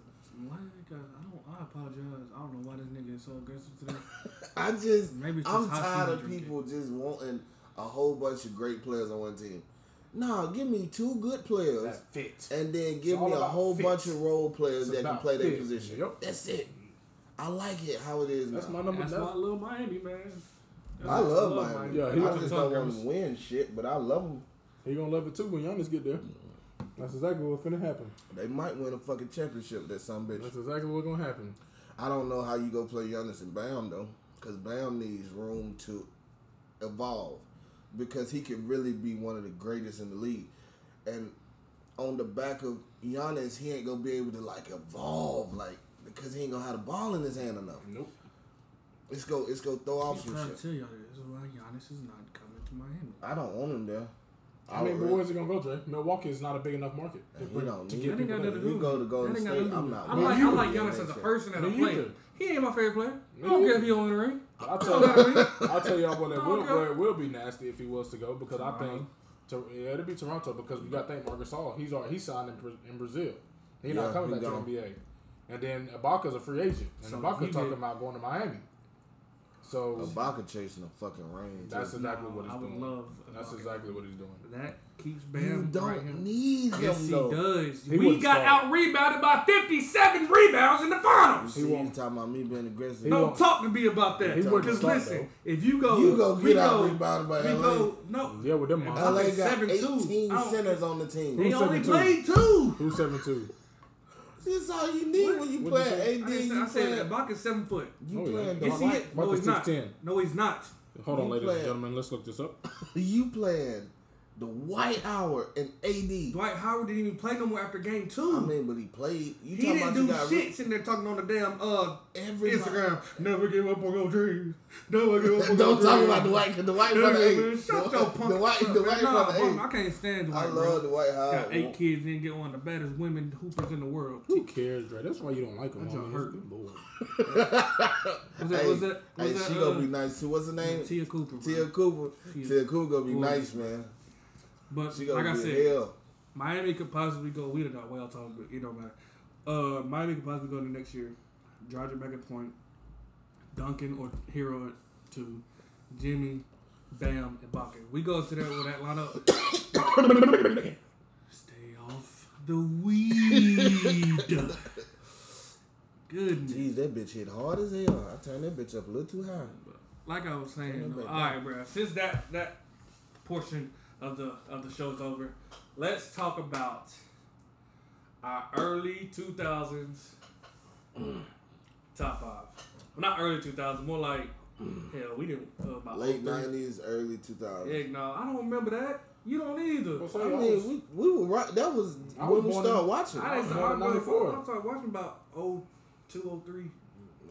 S1: Why, guys? I don't. I apologize. I don't know why this nigga is so aggressive today.
S2: I just,
S1: Maybe it's
S2: I'm
S1: just hot
S2: tired
S1: seat
S2: of
S1: drinking.
S2: people just wanting a whole bunch of great players on one team. Nah, give me two good players,
S3: That fit.
S2: and then give
S3: all
S2: me a
S3: about
S2: whole
S3: fit.
S2: bunch of role players
S3: It's
S2: that can
S3: about
S2: play their
S3: fit.
S2: position.
S3: Yep.
S2: That's it. I like it how it is
S3: That's
S2: now.
S3: my number.
S1: That's why I
S3: That's,
S1: love Miami, man. That's why
S2: I love Miami.
S3: Yeah, he
S2: I
S3: was
S2: just don't want to win shit, but I love them.
S3: he gonna love it too when Giannis get there. That's exactly what's gonna happen.
S2: They might win a fucking championship. That some bitch.
S3: That's exactly what's gonna happen.
S2: I don't know how you go play Giannis and Bam though, because Bam needs room to evolve, because he could really be one of the greatest in the league, and on the back of Giannis, he ain't gonna be able to like evolve like because he ain't gonna have the ball in his hand enough.
S3: Nope.
S2: It's go it's go throw
S1: I'm
S2: off some
S1: trying to
S2: shit.
S1: tell y'all this is why Giannis is not coming to Miami.
S2: I don't want him there.
S3: I mean,
S2: would
S3: but
S2: really-
S3: where's it gonna go, Dre? Milwaukee is not a big enough market. to
S2: He
S3: bring-
S2: don't
S3: to
S2: need
S3: get
S1: That ain't
S3: people
S1: got nothing to
S3: there.
S1: do
S2: You
S1: with
S2: go to
S1: it.
S2: Golden
S1: That ain't got
S2: State,
S1: nothing to do
S2: I'm
S1: with
S2: not
S1: it. I
S2: with
S1: like,
S3: you.
S1: I like
S2: Yeah,
S1: Giannis
S2: they
S1: as a
S2: said.
S1: person and a
S3: Me
S1: player.
S3: either.
S1: He ain't my favorite player. I
S3: Me
S1: don't care if
S3: either.
S1: he on the ring.
S3: I'll
S1: Come
S3: tell
S1: on,
S3: you,
S1: man.
S3: I'll tell y'all what it will,
S1: Okay.
S3: where it will be nasty if he was to go because I think
S1: Toronto.
S3: to, yeah, it'll be Toronto because we got to think Marcus Gasol. He's already he signed in, Bra- in Brazil. He's
S2: Yeah,
S3: not coming
S2: he
S3: back to
S2: gone.
S3: NBA. And then Ibaka's a free agent, and
S1: So he
S3: Ibaka's
S1: did-
S3: talking about going to Miami. So
S2: Ibaka chasing the fucking rain.
S3: that's
S2: too.
S3: exactly
S1: No,
S3: what he's
S1: I would
S3: doing.
S1: love
S3: that's
S1: Ibaka.
S3: exactly what he's doing.
S1: That keeps
S2: you
S1: Bam
S2: don't
S1: right here.
S2: need him
S1: Yes, he
S2: though.
S1: does.
S3: He
S1: we
S3: wouldn't
S1: got
S3: start.
S1: out rebounded by 57 rebounds in the
S2: You
S1: finals.
S2: see, you
S3: won't.
S2: talking about me being aggressive.
S3: He
S1: Don't
S3: won't-
S1: talk to me about that.
S3: He wouldn't
S1: Because
S3: start,
S1: listen, if you go,
S2: You go
S1: we
S2: get out
S1: go-
S2: rebounded by
S1: we
S2: LA.
S1: go, no,
S3: Yeah, with them
S1: And
S3: models.
S2: LA
S1: think
S2: got
S1: 7-2.
S2: 18
S1: I don't-
S2: centers on the team.
S1: they
S3: Who's
S1: only
S3: 72?
S1: played two.
S3: Who's seven two?
S2: This is all you need
S1: What?
S2: when you
S3: What'd you
S2: play AD.
S3: say?
S1: I, just,
S2: you
S1: I
S2: playing-
S1: said Ibaka's seven foot.
S2: you
S3: Oh, yeah.
S2: playing
S1: Is he?
S2: Dwight.
S1: No,
S3: Ibaka's
S1: he's not.
S3: 6'10".
S1: No, he's not.
S3: Hold on,
S2: You
S3: ladies
S2: playing-
S3: and gentlemen, let's look this up.
S2: You playing the White Howard and AD.
S1: Dwight Howard didn't even play no more after game two.
S2: I mean, but he played.
S1: he
S2: You talking about you
S1: didn't do
S2: got
S1: shit sitting there talking on the damn uh
S2: every
S1: Instagram. Never give up on your dreams. Never give up on your
S2: Don't
S1: dreams.
S2: talk about Dwight because Dwight
S1: Yeah,
S2: from the
S1: man,
S2: eight.
S1: Shut your punk ass
S2: Dwight,
S1: up,
S2: Dwight
S1: man. Nah,
S2: from
S1: bro,
S2: the
S1: I
S2: eight.
S1: can't stand Dwight.
S2: I
S1: bro.
S2: love Dwight Howard.
S1: Got eight kids and get one of the baddest women hoopers in the world.
S3: Who cares, Dre? That's why you don't like him.
S1: That
S3: homie.
S1: don't hurt.
S3: Good lord.
S1: Was that?
S2: Hey,
S1: was that? Was
S2: hey,
S1: that?
S2: she
S1: uh,
S2: gonna be nice too. What's her name?
S1: Tia Cooper. bro.
S2: Tia Cooper.
S1: She is
S2: Tia Cooper gonna be nice,
S1: gorgeous.
S2: man.
S1: But
S2: She
S1: like
S2: gonna
S1: I
S2: be
S1: said,
S2: hell.
S1: Miami could possibly go. We don't know what I'm talking about. It don't matter. Uh, Miami could possibly go to next year. Georgia back at point. Duncan or Hero at two. Jimmy, Bam, and Baca. We go to there with that lineup. Stay off the weed. Goodness.
S2: Jeez, that bitch hit hard as hell. I turned that bitch up a little too high.
S1: Like I was saying,
S2: Turn
S1: all
S2: it back
S1: right, bro. Since that that portion of the of the show's over, let's talk about our early two thousands top five. Well, not early two thousands, more like hell. We didn't uh, about
S2: Late
S1: 03.
S2: nineties, early two thousands.
S1: Heck no, I don't remember that. You don't either.
S3: Well, so
S2: I
S3: y'all was-
S2: mean, we, we were right. That was
S3: I
S2: when
S3: was
S2: we
S3: born
S2: started
S3: in-
S2: watching.
S1: I didn't. I
S3: I was born in
S1: remember.
S3: 94.
S1: I started watching about oh two oh three.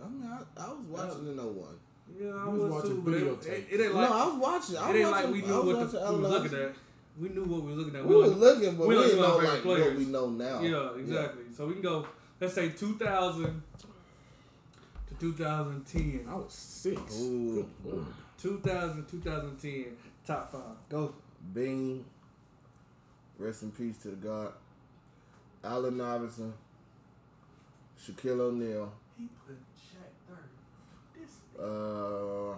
S2: I mean, I, I was watching the no one.
S1: Yeah, I
S3: You was
S1: was,
S3: watching
S1: too, but it,
S3: videotape.
S1: it, it ain't like
S2: no, I was watching. I
S1: it
S2: was
S1: ain't like
S2: watching,
S1: we
S2: I
S1: knew
S2: was
S1: what the,
S2: watching
S1: we was
S2: Atlanta.
S1: looking at. We knew what we was looking at.
S2: We
S1: We
S2: were
S1: look-
S2: looking,
S1: we
S2: but we,
S1: don't
S2: didn't
S1: know
S2: know
S1: about
S2: like what
S1: players.
S2: we know now.
S1: yeah, exactly. So we can go. Let's say two thousand to 2010.
S3: I was six.
S2: Ooh.
S3: Good lord.
S1: 2000 2010 top five. Go.
S2: Bing. Rest in peace to the God. Allen Iverson. Shaquille O'Neal.
S1: He put Shaq third. This
S2: Uh,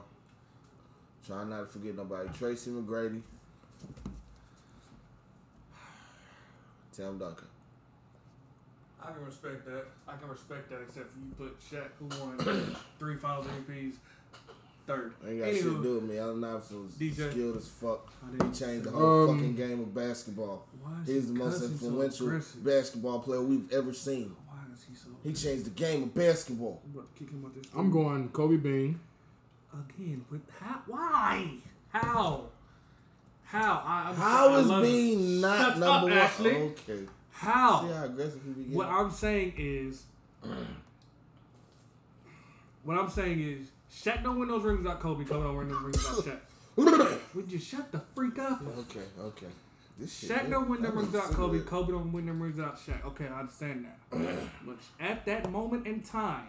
S2: trying not to forget nobody. Tracy McGrady. Tim Duncan.
S1: I can respect that. I can respect that except for you put Shaq who won three finals MVPs third.
S2: Ain't got shit to do with me. Allen Iverson was
S1: DJ.
S2: skilled as fuck.
S1: I
S2: He
S1: didn't-
S2: changed the whole
S3: Um,
S2: fucking game of basketball.
S1: Why is
S2: He's the
S1: he
S2: most
S1: cussing so
S2: influential
S1: aggressive?
S2: basketball player we've ever seen.
S1: Why is he so?
S2: He changed the game of basketball.
S1: I'm about to kick him out this. room.
S3: I'm going Kobe Bean.
S1: again with how? Why? How? How? I, I'm
S2: How
S1: sorry, I
S2: is
S1: love it.
S2: Bean not
S1: Shut up,
S2: number
S1: Ashley.
S2: one? Okay.
S1: How?
S2: See how aggressive he be getting?
S1: What I'm saying is, what I'm saying is, Shaq don't win those rings without Kobe. Kobe don't win those rings without Shaq. Would you shut the freak up?
S2: okay, okay. This shit.
S1: Shaq
S2: man,
S1: don't win
S2: I
S1: them rings
S2: need a
S1: without Kobe.
S2: cigarette.
S1: Kobe don't win them rings without Shaq. Okay, I understand that. but at that moment in time,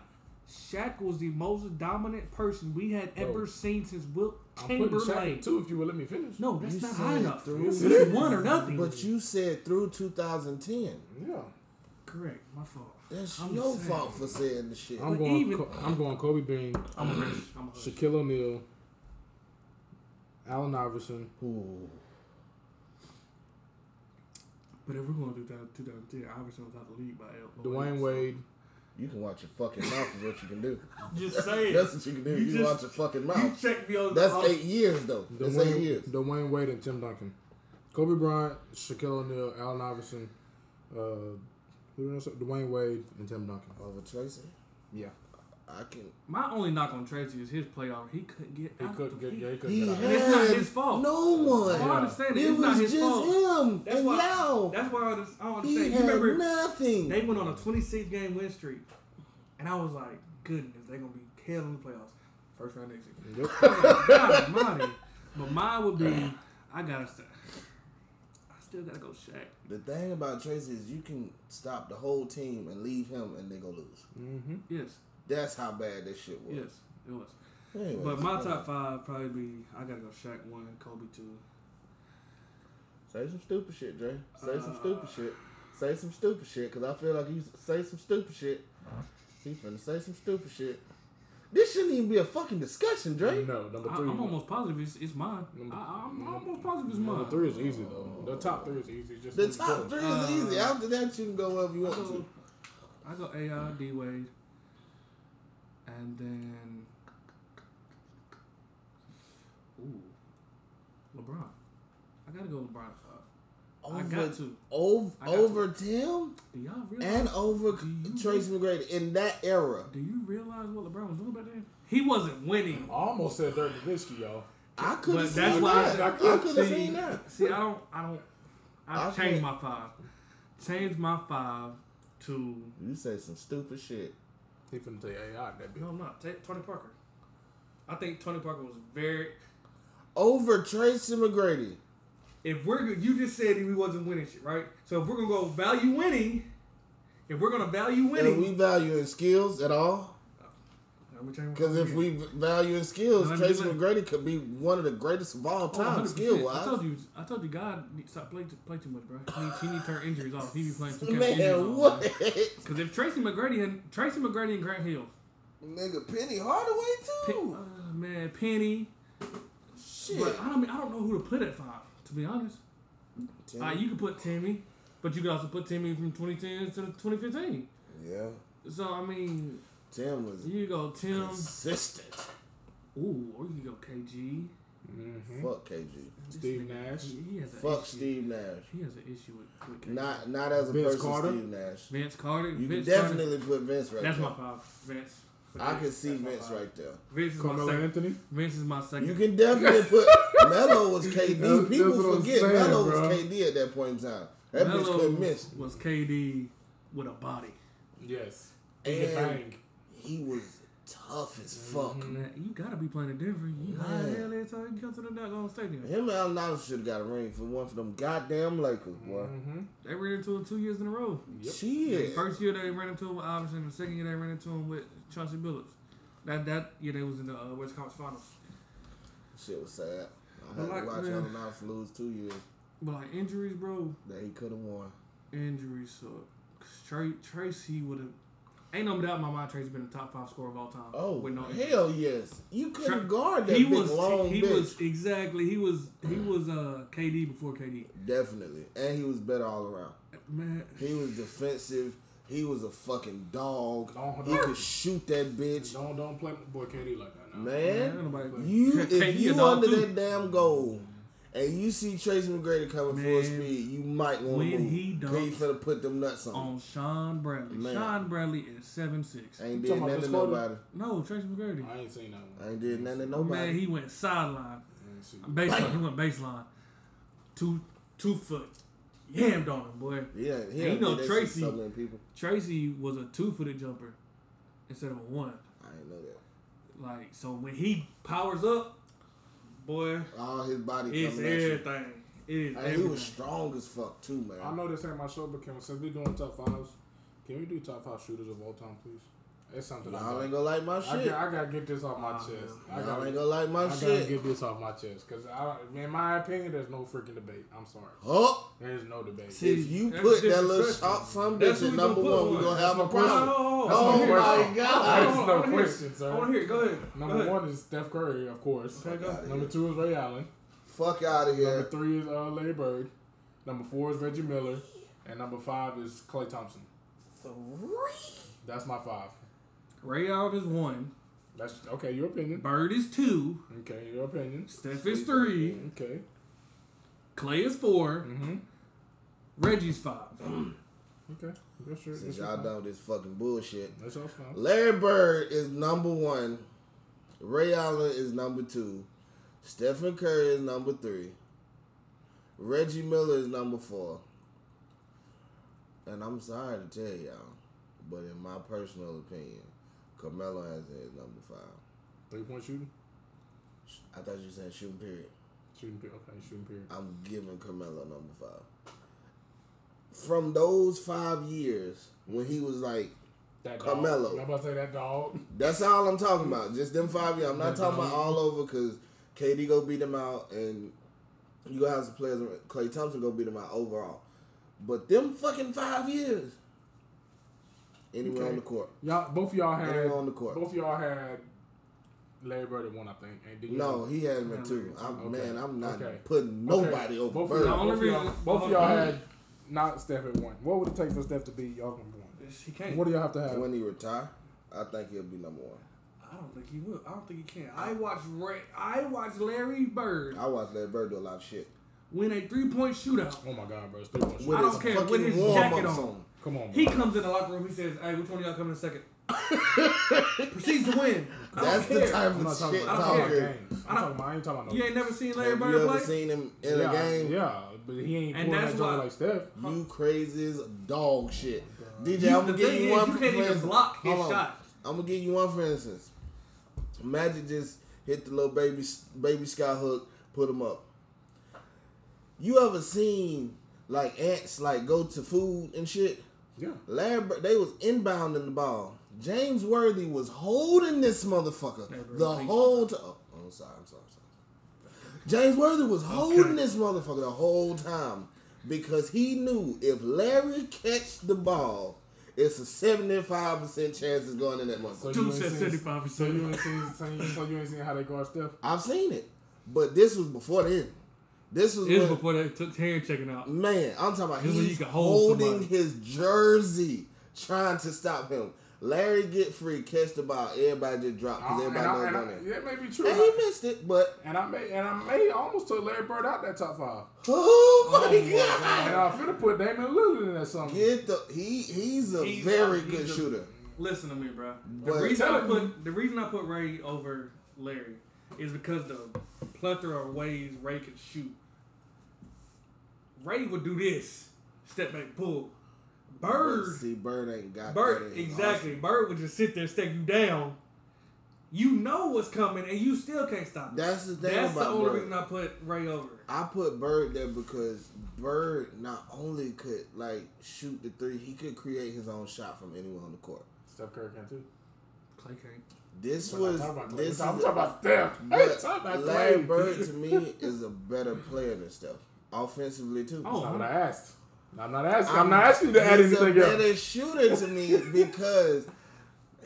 S1: Shaq was the most dominant person we had ever
S3: Bro.
S1: seen since Wilt
S3: I'm putting Shaq
S1: Chamberlain.
S3: in two if you would let me finish.
S1: No, that's
S2: You
S1: not high
S2: said
S1: enough.
S2: through-
S1: It's one or nothing.
S2: But you said through 2010.
S3: Yeah.
S1: correct. My fault.
S2: That's
S1: I'm
S2: your
S1: saying.
S2: fault for saying the shit.
S3: I'm
S1: But
S3: going.
S1: even-
S3: Co- I'm going Kobe Bean,
S1: I'm a hush. I'm a hush.
S3: Shaquille O'Neal, Allen Iverson.
S2: Ooh.
S1: But if we're going to do that 2010, obviously I'm about to lead by L.
S3: Dwayne Wade.
S2: You can watch your fucking mouth is what you can do.
S1: Just saying.
S2: That's what you can do.
S1: You
S2: You,
S1: just-
S2: watch your fucking
S1: you
S2: mouth.
S1: check me on
S2: That's
S1: on-
S2: eight years though. That's eight
S3: Dwayne,
S2: years.
S3: Dwayne Wade and Tim Duncan. Kobe Bryant, Shaquille O'Neal, Allen Iverson, uh, who did I say? Dwayne Wade and Tim Duncan.
S2: Over Tracy,
S3: Yeah.
S2: I can.
S1: My only knock on Tracy is his playoff. He couldn't get
S3: He
S1: out
S3: couldn't
S1: the
S3: get, yeah,
S1: league.
S3: he couldn't
S2: He
S3: get out.
S2: had
S1: It's not his fault.
S2: no one.
S1: I understand it.
S2: It
S1: Oh. It's not
S2: was
S1: his
S2: just
S1: fault.
S2: him
S1: That's
S2: and
S1: why-
S2: y'all.
S1: That's why I, just, I don't
S2: He
S1: understand. You
S2: had
S1: remember
S2: nothing.
S1: they went on a 26 game win streak, and I was like, goodness, they're going to be hell in the playoffs. First round exit.
S3: Yep.
S1: God almighty. Oh, But mine would be, I got to I still got to go Shaq.
S2: the thing about Tracy is you can stop the whole team and leave him, and they go lose.
S3: hmm
S1: Yes,
S2: That's how bad this shit was.
S1: yes, it was.
S2: Anyways,
S1: But my top
S2: uh,
S1: five probably be I gotta go Shaq one, Kobe two.
S2: Say some stupid shit, Dre. Say some
S1: Uh,
S2: stupid shit. Say some stupid shit, cause I feel like you say some stupid shit. He finna say some stupid shit. This shouldn't even be a fucking discussion, Dre.
S3: No, number
S1: I,
S3: three.
S1: I'm almost positive it's, it's mine.
S3: Number-
S1: I, I'm almost positive it's mine.
S3: Number three is easy though. The top three is easy. Just
S2: The
S3: when you
S2: top
S3: put
S2: three
S1: Uh,
S2: is easy. After that, you can go wherever you
S1: I
S2: want
S1: go,
S2: to.
S1: I go AI D Wade, and then ooh LeBron. I gotta go LeBron at five. I
S2: Over,
S1: got to.
S2: ov-
S1: I got
S2: over Tim
S1: Do y'all realize?
S2: and over
S1: Do you-
S2: Tracy McGrady in that era.
S1: do you realize what LeBron was doing back then? He wasn't winning.
S3: it- I almost said Dirk Nowitzki, y'all.
S2: I could have
S1: But
S2: seen
S1: that's why I
S2: that.
S1: said-
S2: I, could have
S1: see-
S2: seen that.
S1: See, I don't, I don't, I
S2: I
S1: changed
S2: think-
S1: my five. Changed my five to
S2: You say some stupid shit.
S3: He finna tell you AI that
S1: no,
S3: bitch.
S1: I'm not Ta Tony Parker. I think Tony Parker was very.
S2: Over Tracy McGrady.
S1: If we're go- you just said we wasn't winning shit, right? So if we're gonna go value winning, if we're gonna value
S2: Are
S1: winning,
S2: we valuing skills at all?
S1: Let me change my
S2: Because
S1: five
S2: if
S1: again.
S2: we value his skills,
S1: No, I'm
S2: Tracy
S1: doing-
S2: McGrady could be one of the greatest of all
S1: Oh,
S2: time,
S1: 100%.
S2: skill
S1: I told
S2: wise.
S1: you, I told you, God need- stop playing too, play too much, bro. He need, he need to turn injuries off. He be playing too much injuries
S2: Man,
S1: off.
S2: what?
S1: Because if Tracy McGrady and Tracy McGrady and Grant Hill,
S2: Nigga, Penny Hardaway
S1: Pe-
S2: too.
S1: uh, man, Penny,
S2: Shit.
S1: But uh, I don't mean, I don't know who to put at five. To be honest,
S2: Tim-
S1: uh, you could put Timmy, but you could also put Timmy from 2010 to 2015.
S2: yeah,
S1: So I mean,
S2: Tim was
S1: you go Tim.
S2: consistent.
S1: Ooh, or you could go KG. Hmm?
S3: Mm-hmm.
S2: Fuck KG.
S1: This
S3: Steve
S1: nigga,
S3: Nash.
S1: He, he has an
S2: Fuck
S1: issue.
S2: Steve Nash.
S1: He has an issue with, with KG.
S2: Not not as a
S3: Vince
S2: person,
S3: Carter?
S2: Steve Nash.
S1: Vince Carter.
S2: You
S1: Vince
S2: can
S1: Carter.
S2: definitely put Vince right
S1: That's
S2: there.
S1: my five. Vince.
S2: I can see
S1: That's my
S2: Vince
S1: five.
S2: right there.
S1: Vince is
S3: Carmelo
S1: my second.
S3: Anthony.
S1: Vince is my second.
S2: You can definitely put Melo was KD.
S3: That's- that's
S2: People
S3: what I'm
S2: forget
S3: saying,
S2: Melo
S3: bro.
S2: was KD at that point in time. That bitch
S1: Melo
S2: couldn't miss.
S1: Was KD with a body?
S3: Yes. He can
S2: And
S3: bang.
S2: he was tough as fuck.
S1: Man, you gotta be playing in Denver. You know how the hell every time you come to the doggone stadium.
S2: Him and Allen Iverson should have got a ring for one for them goddamn Lakers, boy.
S1: They ran into him two years in a row.
S3: Yep.
S2: Shit.
S1: First year Mm-hmm. they ran into him with Iverson. The second year they ran into him with Chauncey Billups. That that year they was in the uh, West Conference Finals.
S2: Shit was sad. I
S1: But
S2: had
S1: like,
S2: to watch
S1: man.
S2: Allen Iverson lose two years
S1: But like injuries, bro,
S2: that he could have won.
S1: injuries suck. 'Cause Tra- Tracy would have. Ain't no doubt in my mind. Tracy been the top five scorer of all time.
S2: Oh,
S1: with no injury.
S2: hell yes. You couldn't
S1: Tra-
S2: guard that
S1: He
S2: big
S1: was
S2: long
S1: he
S2: bitch.
S1: was exactly he was he was uh KD before KD.
S2: Definitely. And he was better all around.
S1: Man,
S2: He was defensive. He was a fucking dog.
S3: Don't-
S2: He could shoot that bitch.
S3: Don't don't play with boy KD like that. Now.
S1: man, ain't
S2: Man,
S1: nobody play.
S2: you
S1: KD
S2: if
S1: a
S2: you
S1: dog
S2: under
S1: too.
S2: that damn goal and you see Tracy McGrady coming full
S1: Man,
S2: speed, you might
S1: when
S2: want to move.
S1: he
S2: Cause he
S1: dunked
S2: finna put them nuts on.
S1: on Sean Bradley.
S2: Man.
S1: Sean Bradley is seven six.
S2: I ain't
S3: You talking
S2: did
S3: about
S2: nothing to
S3: this quarter?
S2: nobody.
S1: No, Tracy McGrady.
S3: I ain't seen that one.
S2: I ain't did nothing to
S1: Man,
S2: nobody.
S1: he went sideline,
S3: I ain't seen that.
S1: baseline. He went baseline, two two foot, yammed on him, boy.
S2: yeah, he
S1: Ain't
S2: ain't
S1: no
S2: no that
S1: Tracy.
S2: Tracy. Shit to so many people.
S1: Tracy was a two footed jumper instead of a one.
S2: I ain't know that.
S1: Like so, when he powers up, boy,
S2: All his body
S1: it's
S2: coming at you.
S1: everything. It is
S2: And he was
S1: everything.
S2: strong as fuck too, man.
S3: I know this ain't my show, but can since we doing top fives, can we do top five shooters of all time, please? It's something I,
S2: Y'all
S3: got.
S2: ain't gonna like my
S3: I,
S2: shit.
S3: got- I gotta get this off my
S1: Nah,
S3: chest.
S1: man.
S3: I
S2: Y'all
S3: gotta,
S2: ain't gonna like
S3: I
S2: my
S3: gotta
S2: shit.
S3: get this off my chest because I, in my opinion, there's no freaking debate. I'm sorry,
S2: Huh?
S3: there's no debate.
S1: See,
S2: if you
S1: that's
S2: put that little
S1: disrespectful.
S2: shot from
S1: That's
S2: bitch
S1: who
S2: at
S1: we gonna
S2: number
S1: put
S2: one, we
S1: on.
S2: gonna have a
S3: That's my question.
S2: problem.
S3: That's
S2: Oh
S3: my
S2: my
S3: question.
S2: God.
S3: That's
S1: I
S3: no
S1: wanna hear it.
S3: question, sir.
S1: I want to hear. it. Go ahead.
S3: Number
S1: go ahead.
S3: one is Steph Curry, of course.
S1: Okay, go.
S2: Fuck outta
S3: Number two is Ray Allen.
S2: Fuck out of
S3: Number
S2: here.
S3: three is uh, Larry Bird. Number four is Reggie Miller, and number five is Clay Thompson.
S2: Three.
S3: That's my five.
S1: Ray Allen is one.
S3: That's okay. Your opinion.
S1: Bird is two.
S3: Okay, your opinion.
S1: Steph is three.
S3: Okay.
S1: Clay is four.
S3: Mm-hmm.
S1: Reggie's five.
S3: Okay. That's your,
S2: Since
S3: that's
S2: y'all
S3: your
S2: done with this fucking bullshit.
S3: That's your fine.
S2: Larry Bird is number one. Ray Allen is number two. Stephen Curry is number three. Reggie Miller is number four. And I'm sorry to tell y'all, but in my personal opinion, Carmelo has it as number five.
S3: Three point shooting.
S2: I thought you said shooting period.
S3: Shooting period. Okay, shooting period.
S2: I'm giving Carmelo number five. From those five years when he was like,
S3: That dog.
S2: Carmelo.
S3: I'm about to say that dog.
S2: That's all I'm talking about. Just them five years. I'm not talking about all over because KD go beat them out and you gonna have some players. Clay Thompson go beat them out overall. But them fucking five years. Anywhere on
S3: Okay.
S2: the court.
S3: Y'all, both of y'all had.
S2: Anyone on the court.
S3: Both of y'all had Larry Bird at one, I think. And did you
S2: No, he had me
S1: Yeah,
S2: too. I'm,
S3: okay.
S2: Man, I'm not
S3: Okay.
S2: putting nobody
S3: okay.
S2: over
S3: both of
S2: Bird.
S3: y'all, both, of y'all,
S1: reason-
S3: both of y'all had not Steph at one. What would it take for Steph to be y'all number one?
S1: He can't.
S3: What do y'all have to have?
S2: When he retire, I think he'll be number one.
S1: I don't think he will. I don't think he can. I watched Ray. I watched Larry Bird
S2: I watched Larry Bird do a lot of shit.
S1: win a three point shootout.
S3: Oh my God, bro! It's three point shooting.
S2: With
S1: don't
S2: his
S1: care, with
S2: fucking
S1: his
S2: warm-ups
S1: jacket on.
S2: on.
S3: Come on,
S1: He
S3: bro.
S1: comes in the locker room. He says, "Hey, which one of y'all coming in second? Proceeds to win. I don't
S2: That's the
S1: care.
S2: type
S3: I'm
S2: of
S3: not
S2: shit.
S1: talk
S3: talking about, I'm talking about
S2: talking.
S3: games. I'm talking about, I ain't talking about no
S1: You ain't never seen Larry
S2: Have
S1: Bird
S2: you ever
S1: play.
S2: seen him in
S3: yeah,
S2: a game?
S3: Yeah, but he ain't
S1: And
S3: pulling
S1: that's
S3: that jumper
S1: why-
S3: like Steph.
S2: You crazy as dog shit. DJ,
S1: You-
S2: I'm
S1: the
S2: gonna give
S1: thing
S2: you
S1: is,
S2: one
S1: you
S2: for
S1: can't even
S2: instance.
S1: block his
S2: Hold on.
S1: shot.
S2: I'm gonna give you one for instance. Magic just hit the little baby baby sky hook, put him up. You ever seen like ants like go to food and shit?
S3: Yeah,
S2: Larry, Bir- they was inbounding the ball. James Worthy was holding this motherfucker
S1: Larry Bird,
S2: the
S1: please.
S2: whole time. Oh, I'm sorry, I'm sorry, I'm sorry. James Worthy was holding this motherfucker the whole time because he knew if Larry catch the ball, it's a 75% chance it's going in that motherfucker.
S3: So
S1: Dude
S3: you ain't
S1: said
S3: seen-
S1: seventy-five
S3: So you
S1: percent.
S3: ain't seen, so you, so you ain't seen how they guard Steph.
S2: I've seen it, but this was before then. This was,
S1: It was
S2: when-
S1: before they took hand checking out.
S2: Man, I'm talking about
S1: This is when
S2: he's
S1: you can hold
S2: holding
S1: somebody.
S2: his jersey, trying to stop him. Larry get free, catch the ball. Everybody just drop because
S3: I- Oh, and
S2: everybody
S3: I-
S2: knows
S3: and
S2: about
S3: I-
S2: it.
S3: yeah, it may be true.
S2: And he missed it, but
S3: And I may and I may almost took Larry Bird out that top five.
S2: oh my
S1: my
S2: god!
S3: And I finna put Damian Lillard in that something.
S2: Get the he he's a
S1: He's
S2: very
S1: a-
S2: good
S1: he's a-
S2: shooter.
S1: Listen to me, bro. The
S2: But-
S1: reason I
S3: Tell him.
S1: put the reason I put Ray over Larry is because the plethora of ways Ray could shoot. Ray would do this, step back, pull.
S2: But
S1: Bird,
S2: See, Bird ain't got that
S1: Bird,
S2: in his
S1: exactly. Bird would just sit there, stake you down. You know what's coming, and you still can't stop.
S2: arsenal.
S1: it.
S2: That's the thing
S1: That's the
S2: about
S1: only
S2: Bird.
S1: reason I put Ray over.
S2: I put Bird there because Bird not only could like shoot the three, he could create his own shot from anywhere on the court.
S3: Steph Curry can too.
S1: Clay can't.
S2: This
S3: We're not
S2: was
S3: talking about Clay.
S2: this
S3: We're
S2: is
S3: talking- we're talking about Steph. I ain't talking about
S2: but Larry
S3: Clay.
S2: Bird to me is a better player than Steph, offensively too.
S1: Oh,
S3: That's not what I asked. I'm not asking. I'm, not asking you to add
S2: he's
S3: anything
S2: a
S3: else.
S2: better shooter to me because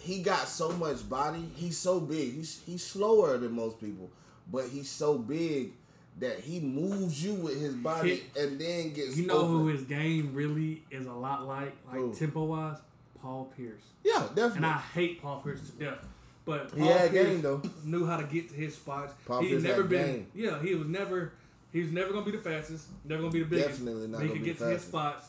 S2: he got so much body. He's so big. He's he's slower than most people, but he's so big that he moves you with his body and then gets
S1: You know who
S2: open.
S1: his game really is a lot like,
S2: Who?
S1: like tempo wise, Paul Pierce.
S2: yeah, definitely.
S1: And I hate Paul Pierce to death, but Paul
S2: he had
S1: Pierce
S2: game though.
S1: knew how to get to his spots.
S2: Paul
S1: He's
S2: Pierce
S1: never
S2: had
S1: been.
S2: game.
S1: Yeah, he was never. He was never gonna be the fastest. Never gonna be the biggest.
S2: Definitely not
S1: But he
S2: gonna
S1: could
S2: be
S1: get
S2: the
S1: to his
S2: fastest.
S1: spots.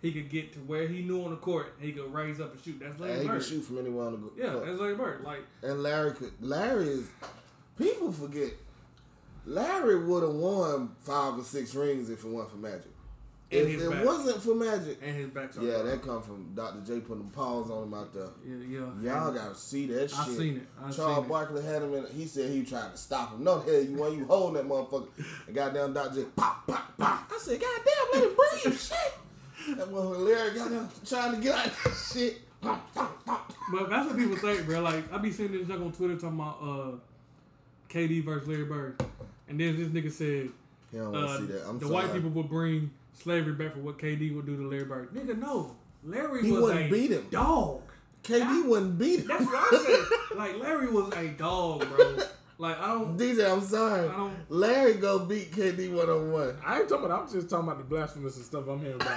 S1: He could get to where he knew on the court. He could raise up and shoot. That's Larry
S2: And he
S1: Bird.
S2: could shoot from anywhere on the court.
S1: Yeah, that's Larry Bird. Like
S2: And Larry could. Larry is. People forget. Larry would have won five or six rings if it weren't for Magic.
S1: in
S2: if
S1: his
S2: it
S1: back.
S2: wasn't for Magic,
S1: and his back.
S2: yeah, that come from Dr. J putting the paws on him out there.
S1: Yeah, yeah.
S2: Y'all gotta see that shit.
S1: I seen it. I
S2: Charles
S1: seen it.
S2: Barkley had him in. He said he tried to stop him. No, the hell, you want you holding that motherfucker? And goddamn Dr. J, pop, pop, pop. I said, goddamn, let him breathe, shit. That motherfucker Larry got him trying to get out of that shit.
S1: Uh,
S2: Pop, pop, pop.
S1: But that's what people think, bro. Like I be seeing this junk on Twitter talking about uh, KD versus Larry Bird, and then this nigga said
S2: He don't wanna
S1: uh,
S2: see that. I'm
S1: the
S2: sorry.
S1: white people would bring slavery back for what KD would do to Larry Bird. Nigga, no, Larry
S2: He
S1: was
S2: wouldn't
S1: a
S2: beat him.
S1: dog.
S2: KD wouldn't beat him.
S1: That's what I said. like Larry was a dog, bro. Like I don't.
S2: DJ, I'm sorry.
S1: I don't-
S2: Larry go beat KD one on one.
S3: I ain't talking about. I'm just talking about the blasphemous and stuff I'm hearing about.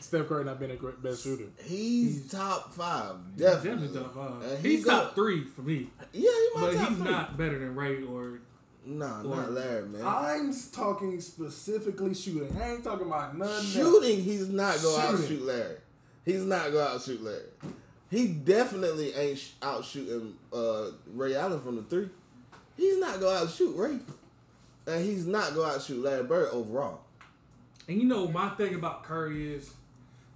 S3: Steph Curry not being a great best shooter.
S2: He's, top five, definitely.
S1: Definitely top
S2: And
S1: five.
S2: he
S1: He's
S2: go-
S1: top three for me,
S2: Yeah, he might
S1: but
S2: top
S1: he's
S2: three.
S1: not better than Ray or
S2: Nah,
S1: Or-
S2: not Larry, man.
S3: I'm talking specifically shooting. I ain't talking about none.
S2: Shooting, he's not gonna
S3: Shooting.
S2: outshoot Larry. He's not gonna outshoot Larry. He definitely ain't sh- outshooting uh, Ray Allen from the three. He's not gonna outshoot Ray, and he's not gonna outshoot Larry Bird overall.
S1: And you know, my thing about Curry is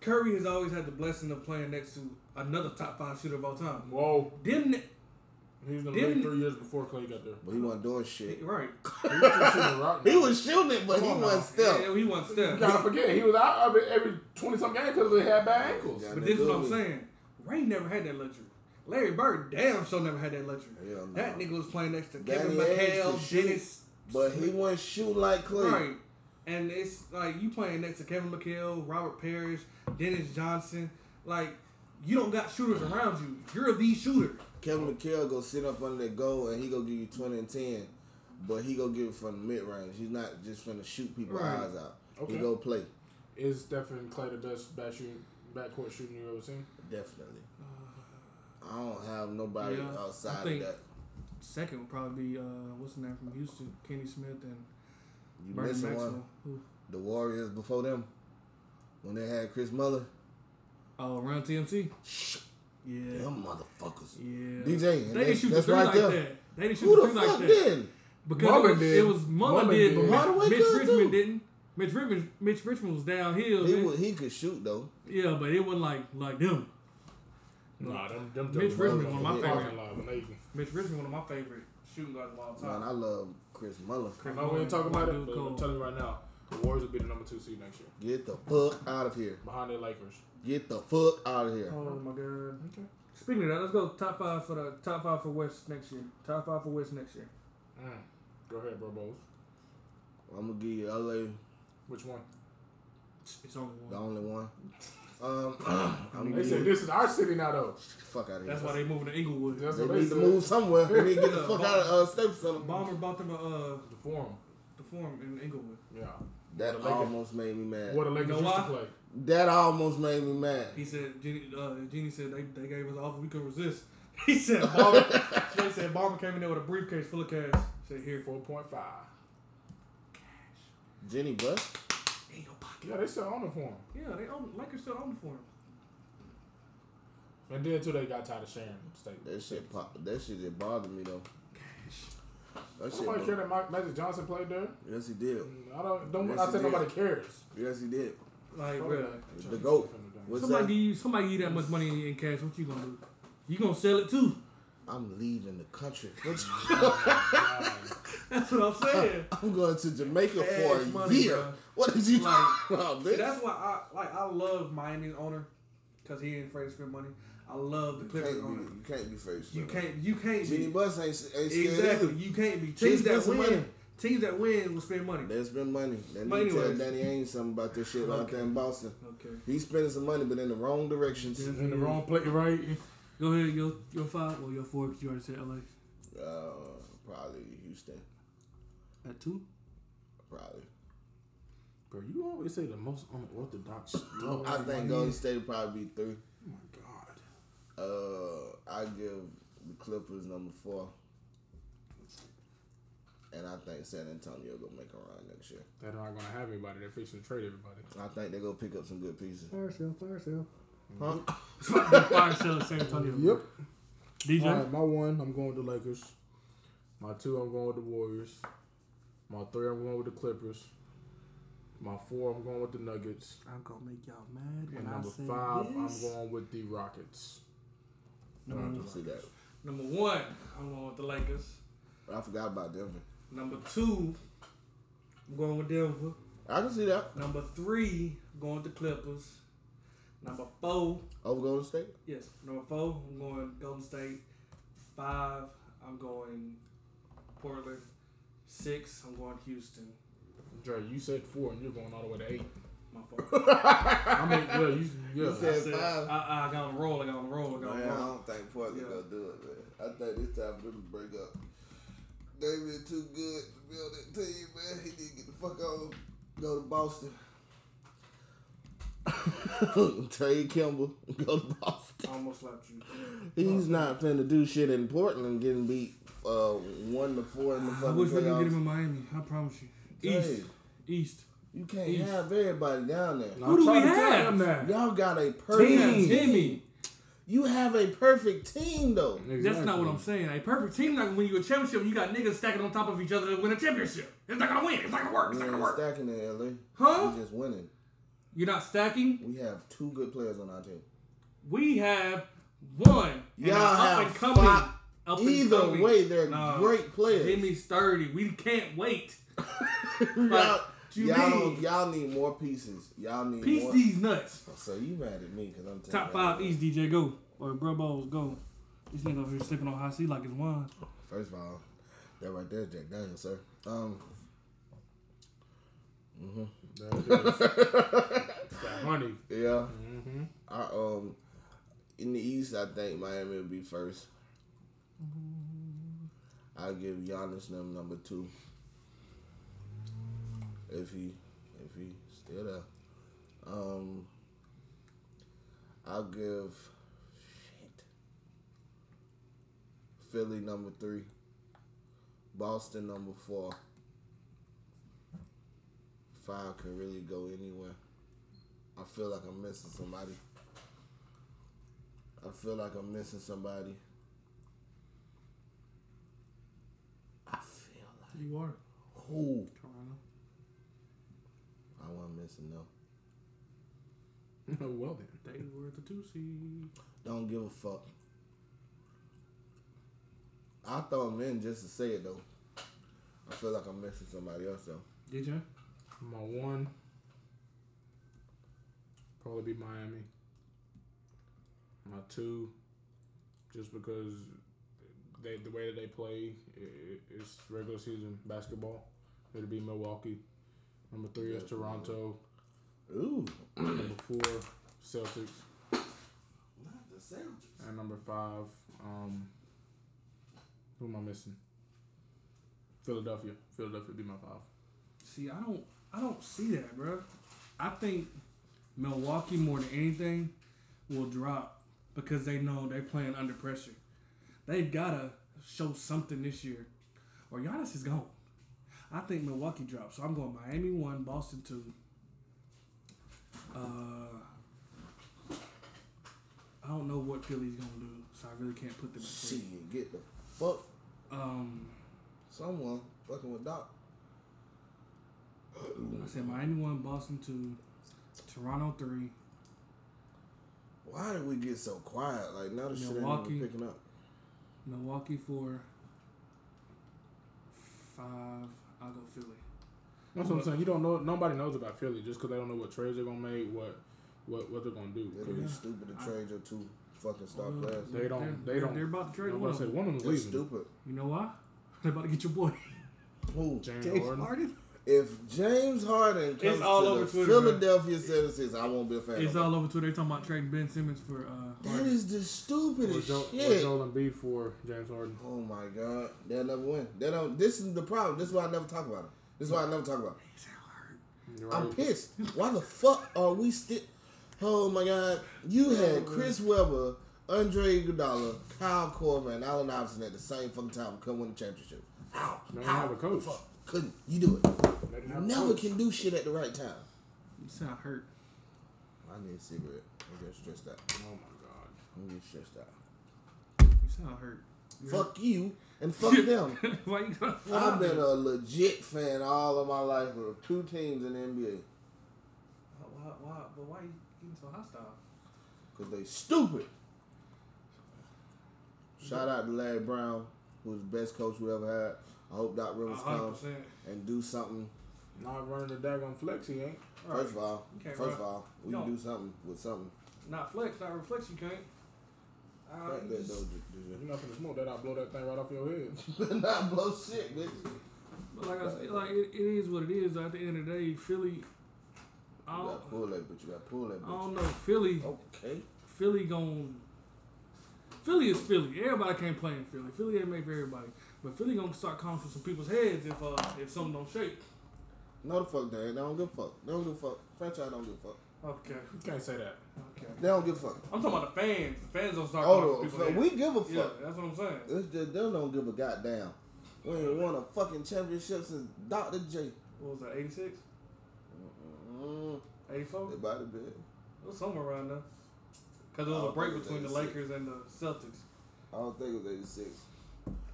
S1: Curry has always had the blessing of playing next to another top five shooter of all time.
S3: Whoa,
S1: Them, ni-
S3: he was in the
S1: Didn't-
S3: league three years before Clay got there.
S2: But he wasn't doing shit.
S1: right?
S3: He was still shooting rock.
S2: He was shooting it, but
S3: Come
S2: he
S3: on
S2: wasn't
S3: now.
S2: still.
S1: Yeah, he wasn't Steph.
S3: You gotta forget he was out of it every twenty some games because they had bad ankles.
S2: Yeah.
S1: But this is what I'm saying. Ray never had that luxury. Larry Bird damn sure never had that luxury.
S2: Hell no.
S1: That nigga was playing next to Kevin
S2: Danny Ainge could
S1: McHale,
S2: shoot,
S1: Dennis,
S2: But he wasn't shooting like Clay.
S1: right? And it's like you playing next to Kevin McHale, Robert Parrish, Dennis Johnson. Like you don't got shooters around you. You're the shooter.
S2: Kevin McHale go sit up under that goal and he go give you twenty and ten, but he go give it from the mid range. He's not just finna shoot people's
S1: Right.
S2: eyes out. He
S3: Okay.
S2: go play
S3: Is Steph and Clay the best back shooting, backcourt shooting you ever seen?
S2: definitely. I don't have nobody
S1: Yeah, I
S2: outside of
S1: think-
S2: that.
S1: Second would probably be uh, what's the name from Houston, Kenny Smith and
S2: You
S1: Vernon
S2: missing one?
S1: Maxwell. Who?
S2: The Warriors before them, when they had Chris Muller,
S1: Oh, around TMC. Yeah,
S2: them motherfuckers.
S1: yeah.
S2: DJ, and
S1: they didn't
S2: that's,
S1: shoot the
S2: that's
S1: three
S2: right
S1: like
S2: there.
S1: that. They didn't shoot
S2: Who
S1: the
S2: the
S1: three like
S2: fuck
S1: that
S2: did?
S1: because
S3: Mullen
S1: it was,
S3: did.
S1: it was Mullen
S3: Mullen
S1: did,
S3: did.
S1: but
S2: Hardaway
S1: Mitch, Mitch
S2: could, too.
S1: Richmond didn't. Mitch Richmond, Mitch Richmond was downhill.
S2: He
S1: man.
S2: wa- he could shoot though.
S1: yeah, but it wasn't like like them.
S3: Nah, them them
S1: Mitch Richmond,
S2: one of
S3: Those
S2: my
S3: fucking
S1: favorite.
S3: live, when they-
S1: Mitch Richmond, one of my favorite shooting guards of all
S2: Man,
S1: time.
S2: I love Chris Muller.
S3: I know we ain't talking about it, but I'm
S1: Cool.
S3: telling you right now, the Warriors will be the number two seed next year,
S2: Get the fuck out of here.
S3: behind the Lakers.
S2: Get the fuck out of here.
S1: Oh my god.
S3: Okay.
S1: Speaking of that, let's go top five for the top five for West next year. Top five for West next year.
S3: Mm. Go ahead, bro, boys.
S1: Oh.
S2: I'm gonna give you LA
S3: Which one?
S1: It's only
S2: The
S1: one.
S2: only one. Um, I'm
S3: They said
S2: getting the
S3: this is our city now, though.
S2: fuck out of here.
S1: That's why they moving to Inglewood.
S3: That's
S2: they
S3: what
S2: need to
S3: said.
S2: move somewhere. They need to get the
S1: Yeah,
S2: fuck
S1: Bal-
S2: out of uh, Staples Center.
S1: Bomber bought them a uh,
S3: The Forum.
S1: the form in Inglewood.
S3: Yeah.
S2: That
S3: Lakers.
S2: almost made me mad.
S3: What the Lakers
S1: know
S3: used to
S1: why?
S3: play.
S2: That almost made me mad.
S1: He said, Jeannie, uh, Jeannie said they, they gave us an offer we could resist. He said, Barber, she said Barber came in there with a briefcase full of cash. said, here,
S3: Four point five.
S2: Jenny Buss.
S1: in your pocket.
S3: Yeah, they still own the Forum.
S1: Yeah, they own, Lakers still own the form.
S3: And then too, they got tired of sharing state.
S2: That shit pop. That shit did bother me though. That shit.
S3: Nobody
S2: bo-
S3: care that Mike, Magic Johnson played there.
S2: Yes, he did.
S3: Mm, I don't. Don't.
S2: Yes,
S3: I
S2: it
S3: said
S2: is.
S3: nobody cares.
S2: Yes, he did.
S1: Like,
S3: Fuck
S1: bro,
S3: that.
S2: The GOAT. What's
S1: somebody
S2: that?
S1: give you somebody give you that much money in- in cash. What you gonna do? You gonna sell it too?
S2: I'm leaving the country.
S1: That's what I'm saying.
S2: I'm going to Jamaica for a
S1: Cash money,
S2: year.
S1: bruh.
S2: What is you
S1: Like,
S2: talking about,
S1: See,
S2: bitch?
S1: that's why I like. I love Miami's owner because he ain't afraid to spend money. I love the
S2: You
S1: Clippers
S2: can't
S1: owner.
S2: be, you can't be faced.
S1: You can't. You can't.
S2: Jeannie
S1: Be,
S2: Bus ain't, ain't scared
S1: exactly.
S2: either.
S1: You can't be. Teams
S2: spend
S1: that
S2: some
S1: win.
S2: money.
S1: Teams that win will spend money.
S2: There's been money. They
S1: Money
S2: need to tell
S1: was-
S2: Danny Ainge something about this shit out
S1: Okay.
S2: there in Boston.
S1: Okay.
S2: He's spending some money, but in the wrong directions.
S1: Yeah.
S3: in the wrong place, right?
S1: Go ahead. Your your five. Well, your four. 'cause You already said LA
S2: Uh, probably Houston.
S1: at two.
S2: Probably.
S3: Bro, you always say the most unorthodox stuff.
S2: I think Golden State would probably be three.
S3: Oh my god.
S2: Uh, I give the Clippers number four. And I think San Antonio gonna make a run next year.
S3: They're not gonna have anybody. They're fixing to trade everybody.
S2: I think they're gonna pick up some good pieces.
S3: Fire sale, fire sale.
S1: Fire sale at San Antonio.
S3: Yep.
S1: DJ.
S3: All right, my one, I'm going with the Lakers. My two, I'm going with the Warriors. My three, I'm going with the Clippers. My four, I'm going with the Nuggets.
S1: I'm gonna make y'all mad when
S3: And
S1: I
S3: number
S1: say
S3: five, I'm
S1: this.
S3: going with the Rockets.
S2: I
S1: Number
S2: can see that.
S1: Number one, I'm going with the Lakers.
S2: But I forgot about Denver.
S1: Number two, I'm going with Denver.
S2: I can see that.
S1: Number three, I'm going with the Clippers. Number four,
S2: Over Golden State.
S1: yes, number four, I'm going Golden State. Five, I'm going Portland. Six, I'm going Houston.
S3: Dre, you said four, and you're going all the way to eight.
S1: My fault.
S3: I mean, yeah, you, yeah.
S2: You
S1: I,
S2: said-
S1: said,
S2: five.
S1: I, I got on a roll, I got on a roll, I got on a
S2: Man, I
S1: roll.
S2: don't think Portland
S1: Yeah.
S2: gonna do it, man. I think this time for them to break up. They been too good to build that team, man. He need to get the fuck on. Go to Boston. Trey Kimball, go to Boston.
S1: I almost slapped you.
S2: He's not finna do shit in Portland, getting beat uh, one to four in the
S1: I
S2: fucking
S1: wish we could get him
S2: playoffs.
S1: in Miami. I promise you. East,
S2: Hey,
S1: East.
S2: you can't
S1: East.
S2: have everybody down there.
S3: I'm
S1: do
S3: trying
S1: we
S3: to tell
S1: have?
S3: them that.
S2: Y'all got a
S1: Team,
S2: perfect team.
S1: Timmy.
S2: You have a perfect team though.
S1: That's not what
S3: Exactly.
S1: I'm saying. A perfect team not gonna win you a championship. when You got niggas stacking on top of each other to win a championship. It's not gonna win. It's not gonna work. It's
S2: We
S1: not gonna
S2: ain't
S1: work.
S2: stacking in LA.
S1: Huh?
S2: We just winning.
S1: You're not stacking.
S2: We have two good players on our team.
S1: We have one. and
S2: Y'all
S1: an
S2: have five.
S1: Up and
S2: Either
S1: coming.
S2: way, they're
S1: Nah.
S2: great players.
S1: Jimmy sturdy. We can't wait.
S2: y'all,
S1: Like, you
S2: y'all, don't-
S1: mean-
S2: y'all need more pieces. Y'all need
S1: Piece
S2: more.
S1: these nuts.
S2: So you mad at me because I'm
S1: Top
S2: telling you.
S1: five East DJ go or Bro Bowls go. This nigga over here slipping on high seat like it's wine.
S2: First of all, that right there is Jack Daniels, sir. Um,
S3: That is. Mm-hmm. that honey.
S2: yeah. I, um, in the East, I think Miami will be first. I'll give Giannis them number two. If he, if he still there. Um, I'll give shit. Philly number three. Boston number four. Five could really go anywhere. I feel like I'm missing somebody. I feel like I'm missing somebody. I feel like
S1: You are
S2: who?
S1: Toronto.
S2: I wasn't missing no.
S3: well then.
S1: They were the two seed.
S2: Don't give a fuck. I throw them in just to say it though. I feel like I'm missing somebody else though.
S1: DJ.
S3: My one probably be Miami. My two, just because they the way that they play i i- it's regular season basketball. It'll be Milwaukee. Number three is
S2: Yeah.
S3: Toronto.
S2: Ooh.
S3: Number four, Celtics,
S2: Not the Celtics.
S3: and number five, um, who am I missing? Philadelphia. Philadelphia would be my five.
S1: See, I don't, I don't see that, bro. I think Milwaukee more than anything will drop because they know they're playing under pressure. They've gotta show something this year, or Giannis is gone. I think Milwaukee drops, so I'm going Miami one, Boston two. Uh, I don't know what Philly's gonna do, so I really can't put them. at three.
S2: Shit, get the fuck
S1: Um,
S2: someone fucking with Doc.
S1: I said Miami one, Boston two, Toronto three,
S2: Why did we get so quiet? Like now the shit ain't
S1: Milwaukee.
S2: even picking up.
S1: Milwaukee for five. I'll go Philly.
S3: That's what I'm saying. You don't know. Nobody knows about Philly just because they don't know what trades they're gonna make, what what what they're gonna do.
S2: It'll be
S1: Yeah.
S2: stupid to trade your two fucking star
S1: Although,
S2: players.
S3: They don't-
S1: they're-
S3: they
S1: they're-
S3: don't-
S1: They're about to trade
S3: I'm
S1: one.
S3: about to say one of them's
S2: That's
S3: leaving.
S2: stupid.
S1: You know why? They're about to get your boy
S2: Who?
S3: James
S1: James
S3: Harden.
S1: Harden.
S2: If James Harden comes
S1: all
S2: to
S1: over
S2: the
S1: Twitter, man.
S2: Philadelphia 76, I won't be a fan.
S1: It's
S2: of
S1: all over Twitter. They're talking about trading Ben Simmons for uh,
S2: that. that
S1: Harden.
S2: is the
S3: Or
S2: stupidest
S3: Joel, or
S2: shit.
S3: Joel Embiid for James Harden.
S2: Oh my god, they'll never win. They don't. This is the problem. This is why I never talk about it. This is why I never talk about it.
S1: He's hurt.
S3: You're
S2: I'm
S3: right.
S2: pissed. Why the fuck are we still? Oh my god, you had Chris Webber, Andre Iguodala, Kyle Korver, and Allen Iverson at the same fucking time and couldn't win the championship. How?
S3: They don't
S2: How?
S3: have a coach.
S2: Fuck. Couldn't. You do it.
S3: They didn't
S2: You
S3: have a
S2: never
S3: coach.
S2: can do shit at the right time.
S1: You sound hurt.
S2: I need a cigarette. I'm getting stressed out.
S3: Oh my
S2: I'm getting stressed out.
S1: You sound hurt. Yeah.
S2: Fuck you and fuck them.
S1: Why you gonna
S2: I've been a legit fan all of my life of two teams in the NBA
S1: Why, why, but why you getting so hostile?
S2: because they stupid. Shout out to Larry Brown, who's the best coach we ever had. I hope Doc Rivers comes
S1: 100%.
S2: and do something.
S3: God. Not running the daggone flex, he ain't.
S2: First of all,
S1: Okay,
S2: first of
S1: right.
S2: all, we
S1: No.
S2: can do something with something.
S1: Not flex, not reflex, you can't. Uh,
S2: Fuck
S1: you
S2: that
S1: just-
S2: though,
S3: You're not gonna smoke that. I'll blow that thing right off your head.
S2: Juju. Not bullshit, bitch.
S1: but like I said, like it, it is what it is. At the end of the day, Philly. I
S2: You
S1: don't,
S2: gotta pull that bitch. You gotta pull that
S1: I
S2: bitch.
S1: don't know. Philly,
S2: Okay.
S1: Philly gon' Philly is Philly. Everybody can't play in Philly. Philly ain't made for everybody. But Philly gonna start coming for some people's heads if uh, if something don't shake.
S2: No, the fuck, they ain't. They don't give a fuck. They don't give a fuck. Franchise don't give a fuck.
S1: Okay,
S3: You can't say that.
S1: okay.
S2: They don't give a fuck.
S1: I'm talking about the fans. The fans don't start coming for
S2: Oh,
S1: people's
S2: so
S1: heads.
S2: we give a fuck.
S1: yeah, that's what I'm saying.
S2: It's just, they don't give a goddamn. We ain't won a fucking championship since Dr. J.
S1: What was that? 86,
S2: Mm,
S1: 84?
S2: they about to be.
S1: It was somewhere around there. Cause there
S2: I
S1: was a
S2: don't
S1: break
S2: think it was
S1: between the
S2: 86.
S1: Lakers and the Celtics.
S2: I don't think it was 86.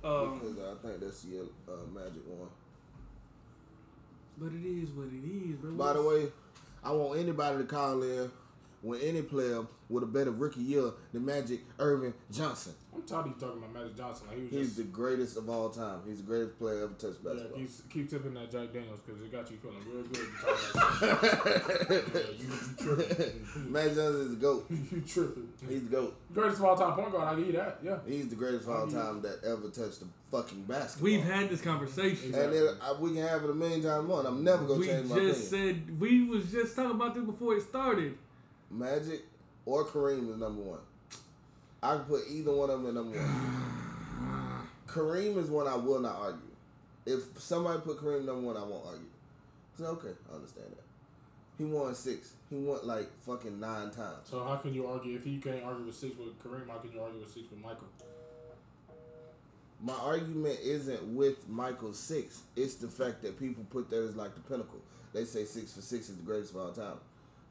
S1: Um,
S2: because I think that's the uh, Magic one.
S1: but it is what it is, bro.
S2: By the way, I want anybody to call in with any player with a better rookie year than Magic Irvin Johnson.
S3: I'm tired of you talking about Magic Johnson. Like he was
S2: He's
S3: just
S2: the greatest of all time. He's the greatest player ever touched
S3: yeah,
S2: basketball.
S3: he's, keep tipping that Jack Daniels because it got you feeling real good. You talking about yeah, you, you tripping.
S2: Magic Johnson is the GOAT.
S3: you tripping.
S2: He's the GOAT.
S3: Greatest of all time point guard. I give you that. Yeah.
S2: He's the greatest of all time that ever touched the fucking basketball.
S1: Mm-hmm. we've had this conversation.
S2: And then I, we can have it a million times more, and I'm never gonna
S1: We
S2: change
S1: just
S2: my opinion.
S1: said we was just talking about this before it started.
S2: Magic or Kareem is number one. I can put either one of them at number one. Kareem is one I will not argue. If somebody put Kareem number one, I won't argue. It's okay, I understand that. He won six. He won like fucking nine times.
S3: So how can you argue if he can't argue with six with Kareem? How can you argue with six with Michael?
S2: My argument isn't with Michael's six. It's the fact that people put that as like the pinnacle. They say six for six is the greatest of all time.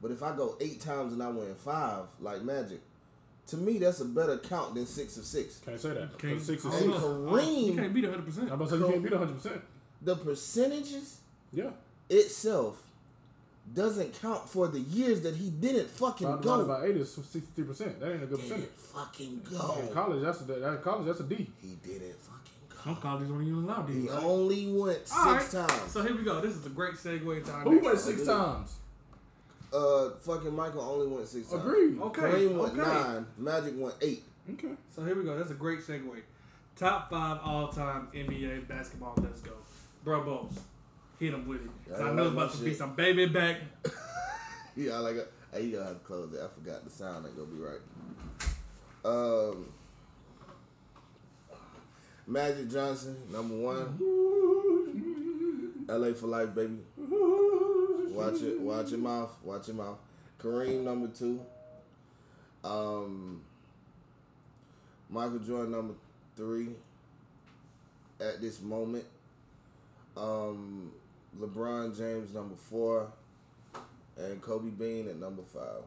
S2: But if I go eight times and I win five, like Magic, to me that's a better count than six of six.
S3: Can't say that.
S1: Can't-
S3: Because six is
S1: Oh,
S2: And
S3: six.
S1: no.
S2: Kareem-
S1: you can't beat 100. percent
S3: I'm about to say you can't beat 100. percent
S2: The percentages
S3: Yeah.
S2: itself doesn't count for the years that he didn't fucking
S3: Five divided
S2: go.
S3: by eight is 63 percent. That ain't a good percentage.
S2: Didn't fucking
S3: In
S2: go.
S3: college, that's a, that, in college. That's a D.
S2: He didn't fucking
S1: Some
S2: go.
S1: colleges don't even allow
S2: He
S1: these. right?
S2: only went
S1: All right.
S2: six times.
S1: So here we go. This is a great segue into our
S3: Who
S1: next
S3: went six
S2: dude.
S3: times?
S2: Uh, fucking Michael only went six times.
S3: Agreed.
S1: Okay.
S2: Kareem went
S1: okay.
S2: nine. Magic went eight.
S3: Okay.
S1: So here we go. That's a great segue. Top five all time NBA basketball. Let's go, bro. Bowles, hit him with it. 'Cause
S2: Yeah,
S1: I
S2: I
S1: know it's
S2: like
S1: about
S2: my
S1: to be
S2: shit.
S1: some baby back.
S2: Yeah, I like it. Hey, you gotta have to close it. I forgot the sound ain't gonna be right. Um, Magic Johnson, number one. LA for life, baby. Watch it, watch your mouth, watch your mouth. Kareem, number two. Um, Michael Jordan, number three. At this moment, um, LeBron James, number four and Kobe Bean at number five.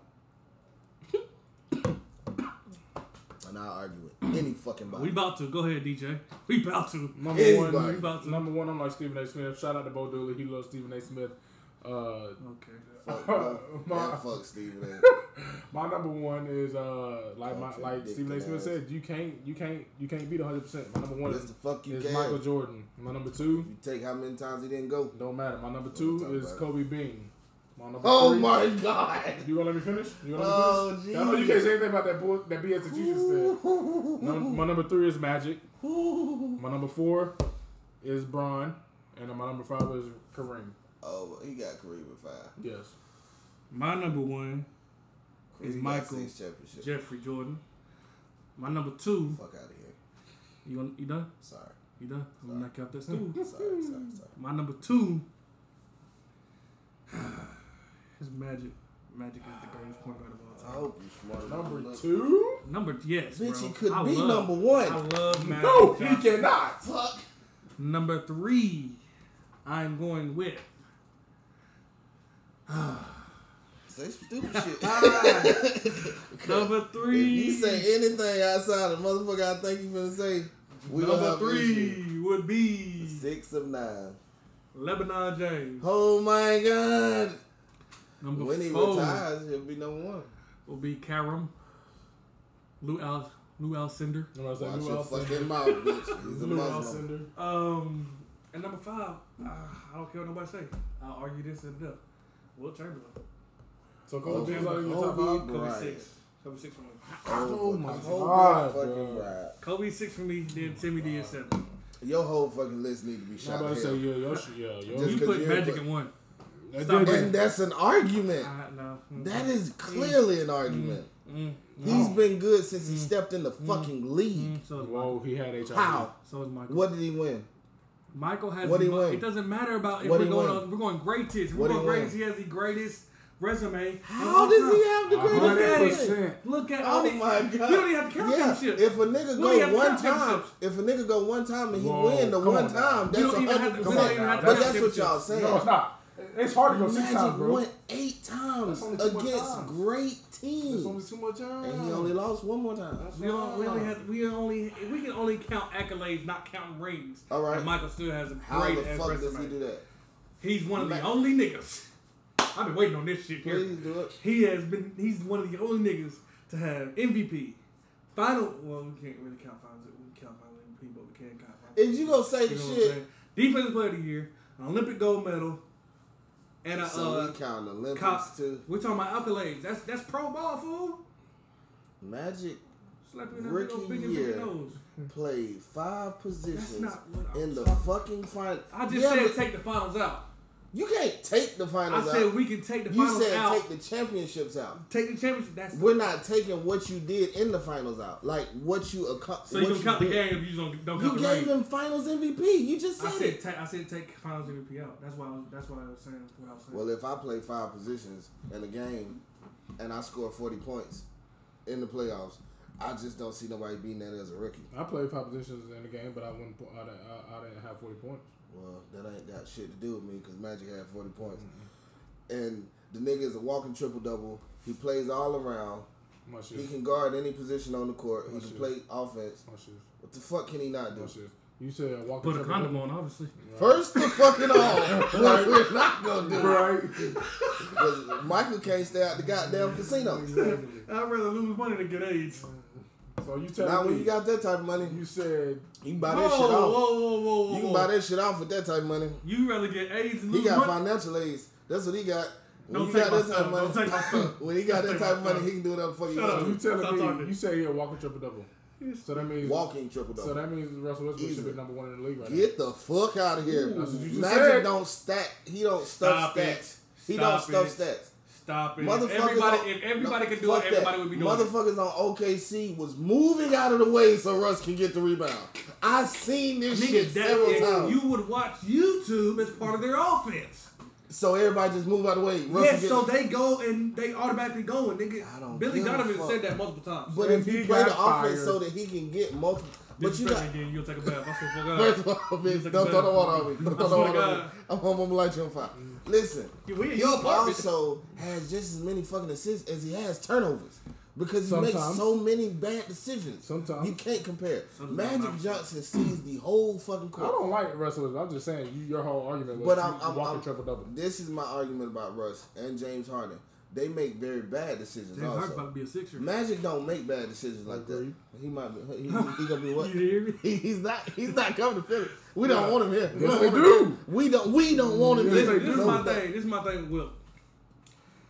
S2: and I argue with any fucking
S1: We
S2: body.
S1: about to go ahead, DJ. We about to.
S3: Number
S2: Anybody.
S1: We about
S3: one.
S1: to.
S3: Number one. I'm like Stephen A. Smith. Shout out to Bo Dooley. He loves Stephen A. Smith. Uh,
S1: Okay.
S2: Fuck, bro.
S3: My-
S2: yeah, fuck Stephen A.
S3: my number one is uh, like my
S2: Fucking
S3: like Stephen A. Smith
S2: ridiculous.
S3: said, you can't you can't you can't beat 100. percent My number one
S2: That's
S3: is,
S2: the fuck you
S3: is
S2: can.
S3: Michael Jordan. My number two
S2: You take how many times he didn't go.
S3: don't matter. My number
S2: We'll talk
S3: two is
S2: about it.
S3: Kobe Bean. My number
S2: Oh
S3: three-
S2: my god.
S3: You gonna let me finish? You gonna
S2: Oh,
S3: let me finish? I know you
S2: Jesus.
S3: can't say anything about that bull, that BS that you just said. Num- my number three is Magic. My number four is Braun, and my number five is Kareem.
S2: Oh, he got Kareem with five.
S3: Yes.
S1: My number one, It's
S2: Kareem
S1: Michael.
S2: Got six championship.
S1: Jeffrey Jordan. My number two.
S2: fuck out of here.
S1: You gonna, you done?
S2: Sorry.
S1: You done? I'm gonna knock out that stool.
S2: Sorry, sorry, sorry.
S1: My number two is Magic. Magic is the greatest point guard of
S2: I
S1: all time.
S2: hope you smart. enough to
S3: Number
S2: look.
S3: two?
S1: Number yes,
S2: Bitch,
S1: bro.
S2: he could
S1: I
S2: be
S1: love,
S2: number one.
S1: I love Magic.
S3: No, he
S1: Johnson.
S3: cannot.
S2: Fuck.
S1: Number three, I'm going with.
S2: Say stupid shit.
S1: Number
S2: if
S1: three.
S2: you say anything outside of motherfucker, I think you finna say. We gonna
S1: number
S2: have
S1: three would be
S2: issues. Six of nine.
S1: Lebanon James.
S2: Oh my god.
S1: Number
S2: When he
S1: four
S2: retires, he'll be number one.
S1: will be Karam. Lou Al Lou Alcindor.
S3: You know what I'm
S2: Watch
S3: saying?
S2: your
S3: Lou Alcindor.
S2: fucking mouth, bitch. He's a
S3: Lou
S2: Muslim.
S3: Alcindor.
S1: Um, and number five, uh, I don't care what nobody say. I'll argue this and death. Will Chamberlain.
S3: So
S2: Oh,
S3: Kobe Bean's not even top
S2: Kobe
S3: five.
S1: Kobe
S2: Bryant.
S1: six. Kobe six for me.
S3: Oh
S2: fucking-
S3: my
S2: whole
S3: God,
S2: fucking
S3: bro.
S2: ride.
S1: Kobe six for me. Then Timmy did seven.
S2: Your whole fucking list need to be
S3: I'm
S2: shot.
S3: about
S2: to
S3: to say,
S2: hell.
S3: yeah, yo, sh- yeah, yo.
S2: Just
S1: You
S2: 'cause
S1: put
S2: you
S1: Magic
S2: put-
S1: in one.
S3: That
S1: stop
S3: did-
S2: And that's an
S1: I,
S2: argument.
S1: no. Mm,
S2: That is clearly an argument.
S1: mm,
S2: He's been good since
S1: Mm-hmm.
S2: he stepped in the fucking league.
S1: mm, so is Michael.
S3: Whoa, he had
S1: Mm-hmm.
S3: HIV.
S2: How?
S1: So is Michael.
S2: What did he win?
S1: Michael has.
S2: What he
S1: the mo-
S2: win?
S1: it doesn't matter about if
S2: What
S1: we're
S2: he
S1: going.
S2: win?
S1: On, we're going greatest. We're
S2: What he
S1: going greatest.
S2: win?
S1: He has the greatest resume. of
S2: How
S1: all
S2: does
S1: time.
S2: he have the greatest resume?
S3: 100%.
S1: Look at.
S2: Oh
S1: all the-
S2: my god! You
S1: don't even have to count championships.
S2: If a
S1: don't even
S2: nigga go
S1: have to
S2: one
S1: count
S2: time,
S1: championships.
S2: if a nigga go one time and he
S3: Whoa,
S2: win the
S3: come
S2: one
S3: on now.
S2: time,
S1: You
S2: that's
S1: don't even have
S2: hundred
S1: to.
S3: Come
S1: You
S3: on
S1: don't
S2: percent.
S1: even
S3: now.
S1: have to
S2: But
S1: count
S2: that's what y'all
S1: championships.
S2: saying.
S3: No, it's not. It's hard to go six times,
S2: Magic
S3: bro.
S2: won eight times
S3: That's only two more
S2: against
S3: times.
S2: great
S3: It's only
S2: teams,
S3: two more times.
S2: and he only lost one more time.
S1: We don't, we only have we only we can only count accolades, not counting rings.
S2: All right.
S1: And Michael still has a
S2: How
S1: great
S2: the
S1: ass
S2: fuck does
S1: resume.
S2: he do that?
S1: He's one of the
S2: Ma-
S1: only niggas. I've been waiting on this shit here.
S2: Please do it.
S1: He has been. He's one of the only niggas to have MVP, final. Well, we can't really count finals. We can count final MVP, but we can count finals.
S2: If you gonna say
S1: You
S2: the
S1: know what I'm
S2: shit,
S1: saying? Defensive player of the year, an Olympic gold medal, and a
S2: so
S1: uh,
S2: we count Olympics
S1: cop.
S2: too.
S1: We're talking about accolades. That's that's pro ball, fool.
S2: Magic
S1: Slap you in that
S2: Rookie
S1: big old finger
S2: year.
S1: with your nose.
S2: played five
S1: Hmm. That's
S2: positions
S1: not what I'm
S2: in the
S1: talking-
S2: fucking final.
S1: I just
S2: Yeah,
S1: said
S2: but
S1: take the finals out.
S2: you can't take the
S1: I
S2: finals out.
S1: said we can take the
S2: you
S1: finals
S2: said
S1: out.
S2: take the championships out.
S1: Take, the championship. That's
S2: We're not taking what you did in the finals out, like what you accomplished.
S1: So you don't count the game if you don't, don't count
S2: You
S1: the
S2: gave
S1: ring.
S2: him Finals MVP. You just
S1: I
S2: said
S1: said
S2: it.
S1: take. I said take finals MVP out. That's why. I was, that's why I was saying what I was saying.
S2: Well, if I play five positions in a game and I score 40 points in the playoffs, I just don't see nobody beating that as a rookie.
S3: I played five positions in the game, but I wouldn't. po- I, didn't- I, I didn't have forty points.
S2: Well, that ain't got shit to do with me because Magic had 40 points. And the nigga is a walking triple double. He plays all around.
S3: My shoes.
S2: He can guard any position on the court. He
S3: Oh,
S2: can
S3: shit.
S2: play offense.
S3: My shoes.
S2: What the fuck can he not
S3: My
S2: do?
S3: shoes. You said walk
S1: Put a condom on, obviously.
S2: First the fucking off, what we're not gonna do
S3: Right.
S2: because Michael can't stay out the goddamn casino.
S3: Exactly.
S1: I'd rather lose money than get AIDS.
S3: So you tell
S2: Not
S3: me.
S2: when you got that type of money.
S3: you said
S2: You can buy
S1: whoa,
S2: that shit
S1: whoa,
S2: off.
S1: whoa, whoa, whoa!
S2: You can buy that shit off with that type of money.
S1: You rather get AIDS and
S2: He
S1: lose
S2: got
S1: money?
S2: financial aids. That's what he got. When
S1: Don't
S2: he
S1: take
S2: got
S1: my
S2: that type of
S1: stuff. Don't take my
S2: money,
S1: stuff.
S2: when he got
S1: Don't
S2: that
S1: take
S2: type
S1: my
S2: of money,
S1: stuff.
S2: he can do whatever the fuck he
S1: Shut
S2: wants.
S1: up.
S3: you
S2: to.
S3: telling
S1: Stop
S3: me
S1: talking.
S3: you say he'll walk a triple double. So that means
S2: Walking triple
S3: so
S2: double.
S3: that means Russell Westbrook should be number one in the league right
S2: Get the fuck out of here.
S3: That's what you just said.
S2: Magic don't stack. He don't stuff
S1: Stop it.
S2: stats. He don't
S1: Stop
S2: stuff
S1: it.
S2: stats.
S1: Stop it.
S2: Motherfuckers
S1: Everybody,
S2: on-
S1: if everybody
S2: no,
S1: could do it,
S2: fuck that.
S1: everybody would be doing it.
S2: Motherfuckers on OKC was moving out of the way so Russ can get the rebound. I seen this
S1: Nigga,
S2: shit
S1: that
S2: several
S1: is,
S2: times.
S1: you would watch YouTube as part of their offense.
S2: so everybody just move out of the way. Russ
S1: Yes,
S2: can get
S1: so they go and they automatically go and
S2: I don't
S1: nigga. Billy
S2: give a
S1: Donovan
S2: fuck.
S1: said that multiple times.
S2: But
S3: And
S2: if
S3: he
S2: you play
S3: got
S2: the offense
S3: fired.
S2: so that he can get multiple, but you got
S1: again, you'll take a bath. I swear to
S2: first
S1: God.
S2: of all,
S1: He's
S2: bitch,
S1: like
S2: don't
S1: a
S2: throw the
S1: bad-
S2: water on me. Don't
S1: I
S2: throw the
S1: swear to
S2: water on me.
S1: God.
S2: I'm home. I'm gonna light you on fire. Listen,
S1: You- we in
S2: he
S1: your apartment.
S2: also has just as many fucking assists as he has turnovers because he makes
S3: Sometimes.
S2: so many bad decisions.
S3: Sometimes.
S2: you can't compare.
S1: Sometimes
S2: Magic
S1: I'm-
S2: Johnson sees the whole fucking
S3: I
S2: court.
S3: don't like wrestlers. I'm just saying you, your whole argument was
S2: But
S3: you-
S2: I'm,
S3: you
S2: I'm,
S3: walking
S2: I'm-
S3: triple double.
S2: this is my argument about Russ and James Harden. They make very bad decisions.
S1: James Harden's about to
S2: also,
S1: be a sixer.
S2: Magic don't make bad decisions like that.
S3: Agreed.
S2: He might be. He, he, he gonna be what?
S1: You hear me?
S2: He- he's not. He's not coming to Philly. We don't
S3: Yeah.
S2: want him here. We
S3: Yes,
S2: don't
S3: they
S2: want him
S3: do.
S2: here. We don't. We don't want him
S3: Yes,
S1: This,
S3: they
S2: here.
S1: this is
S2: No,
S1: my
S2: we don't.
S1: thing. This is my thing with Will.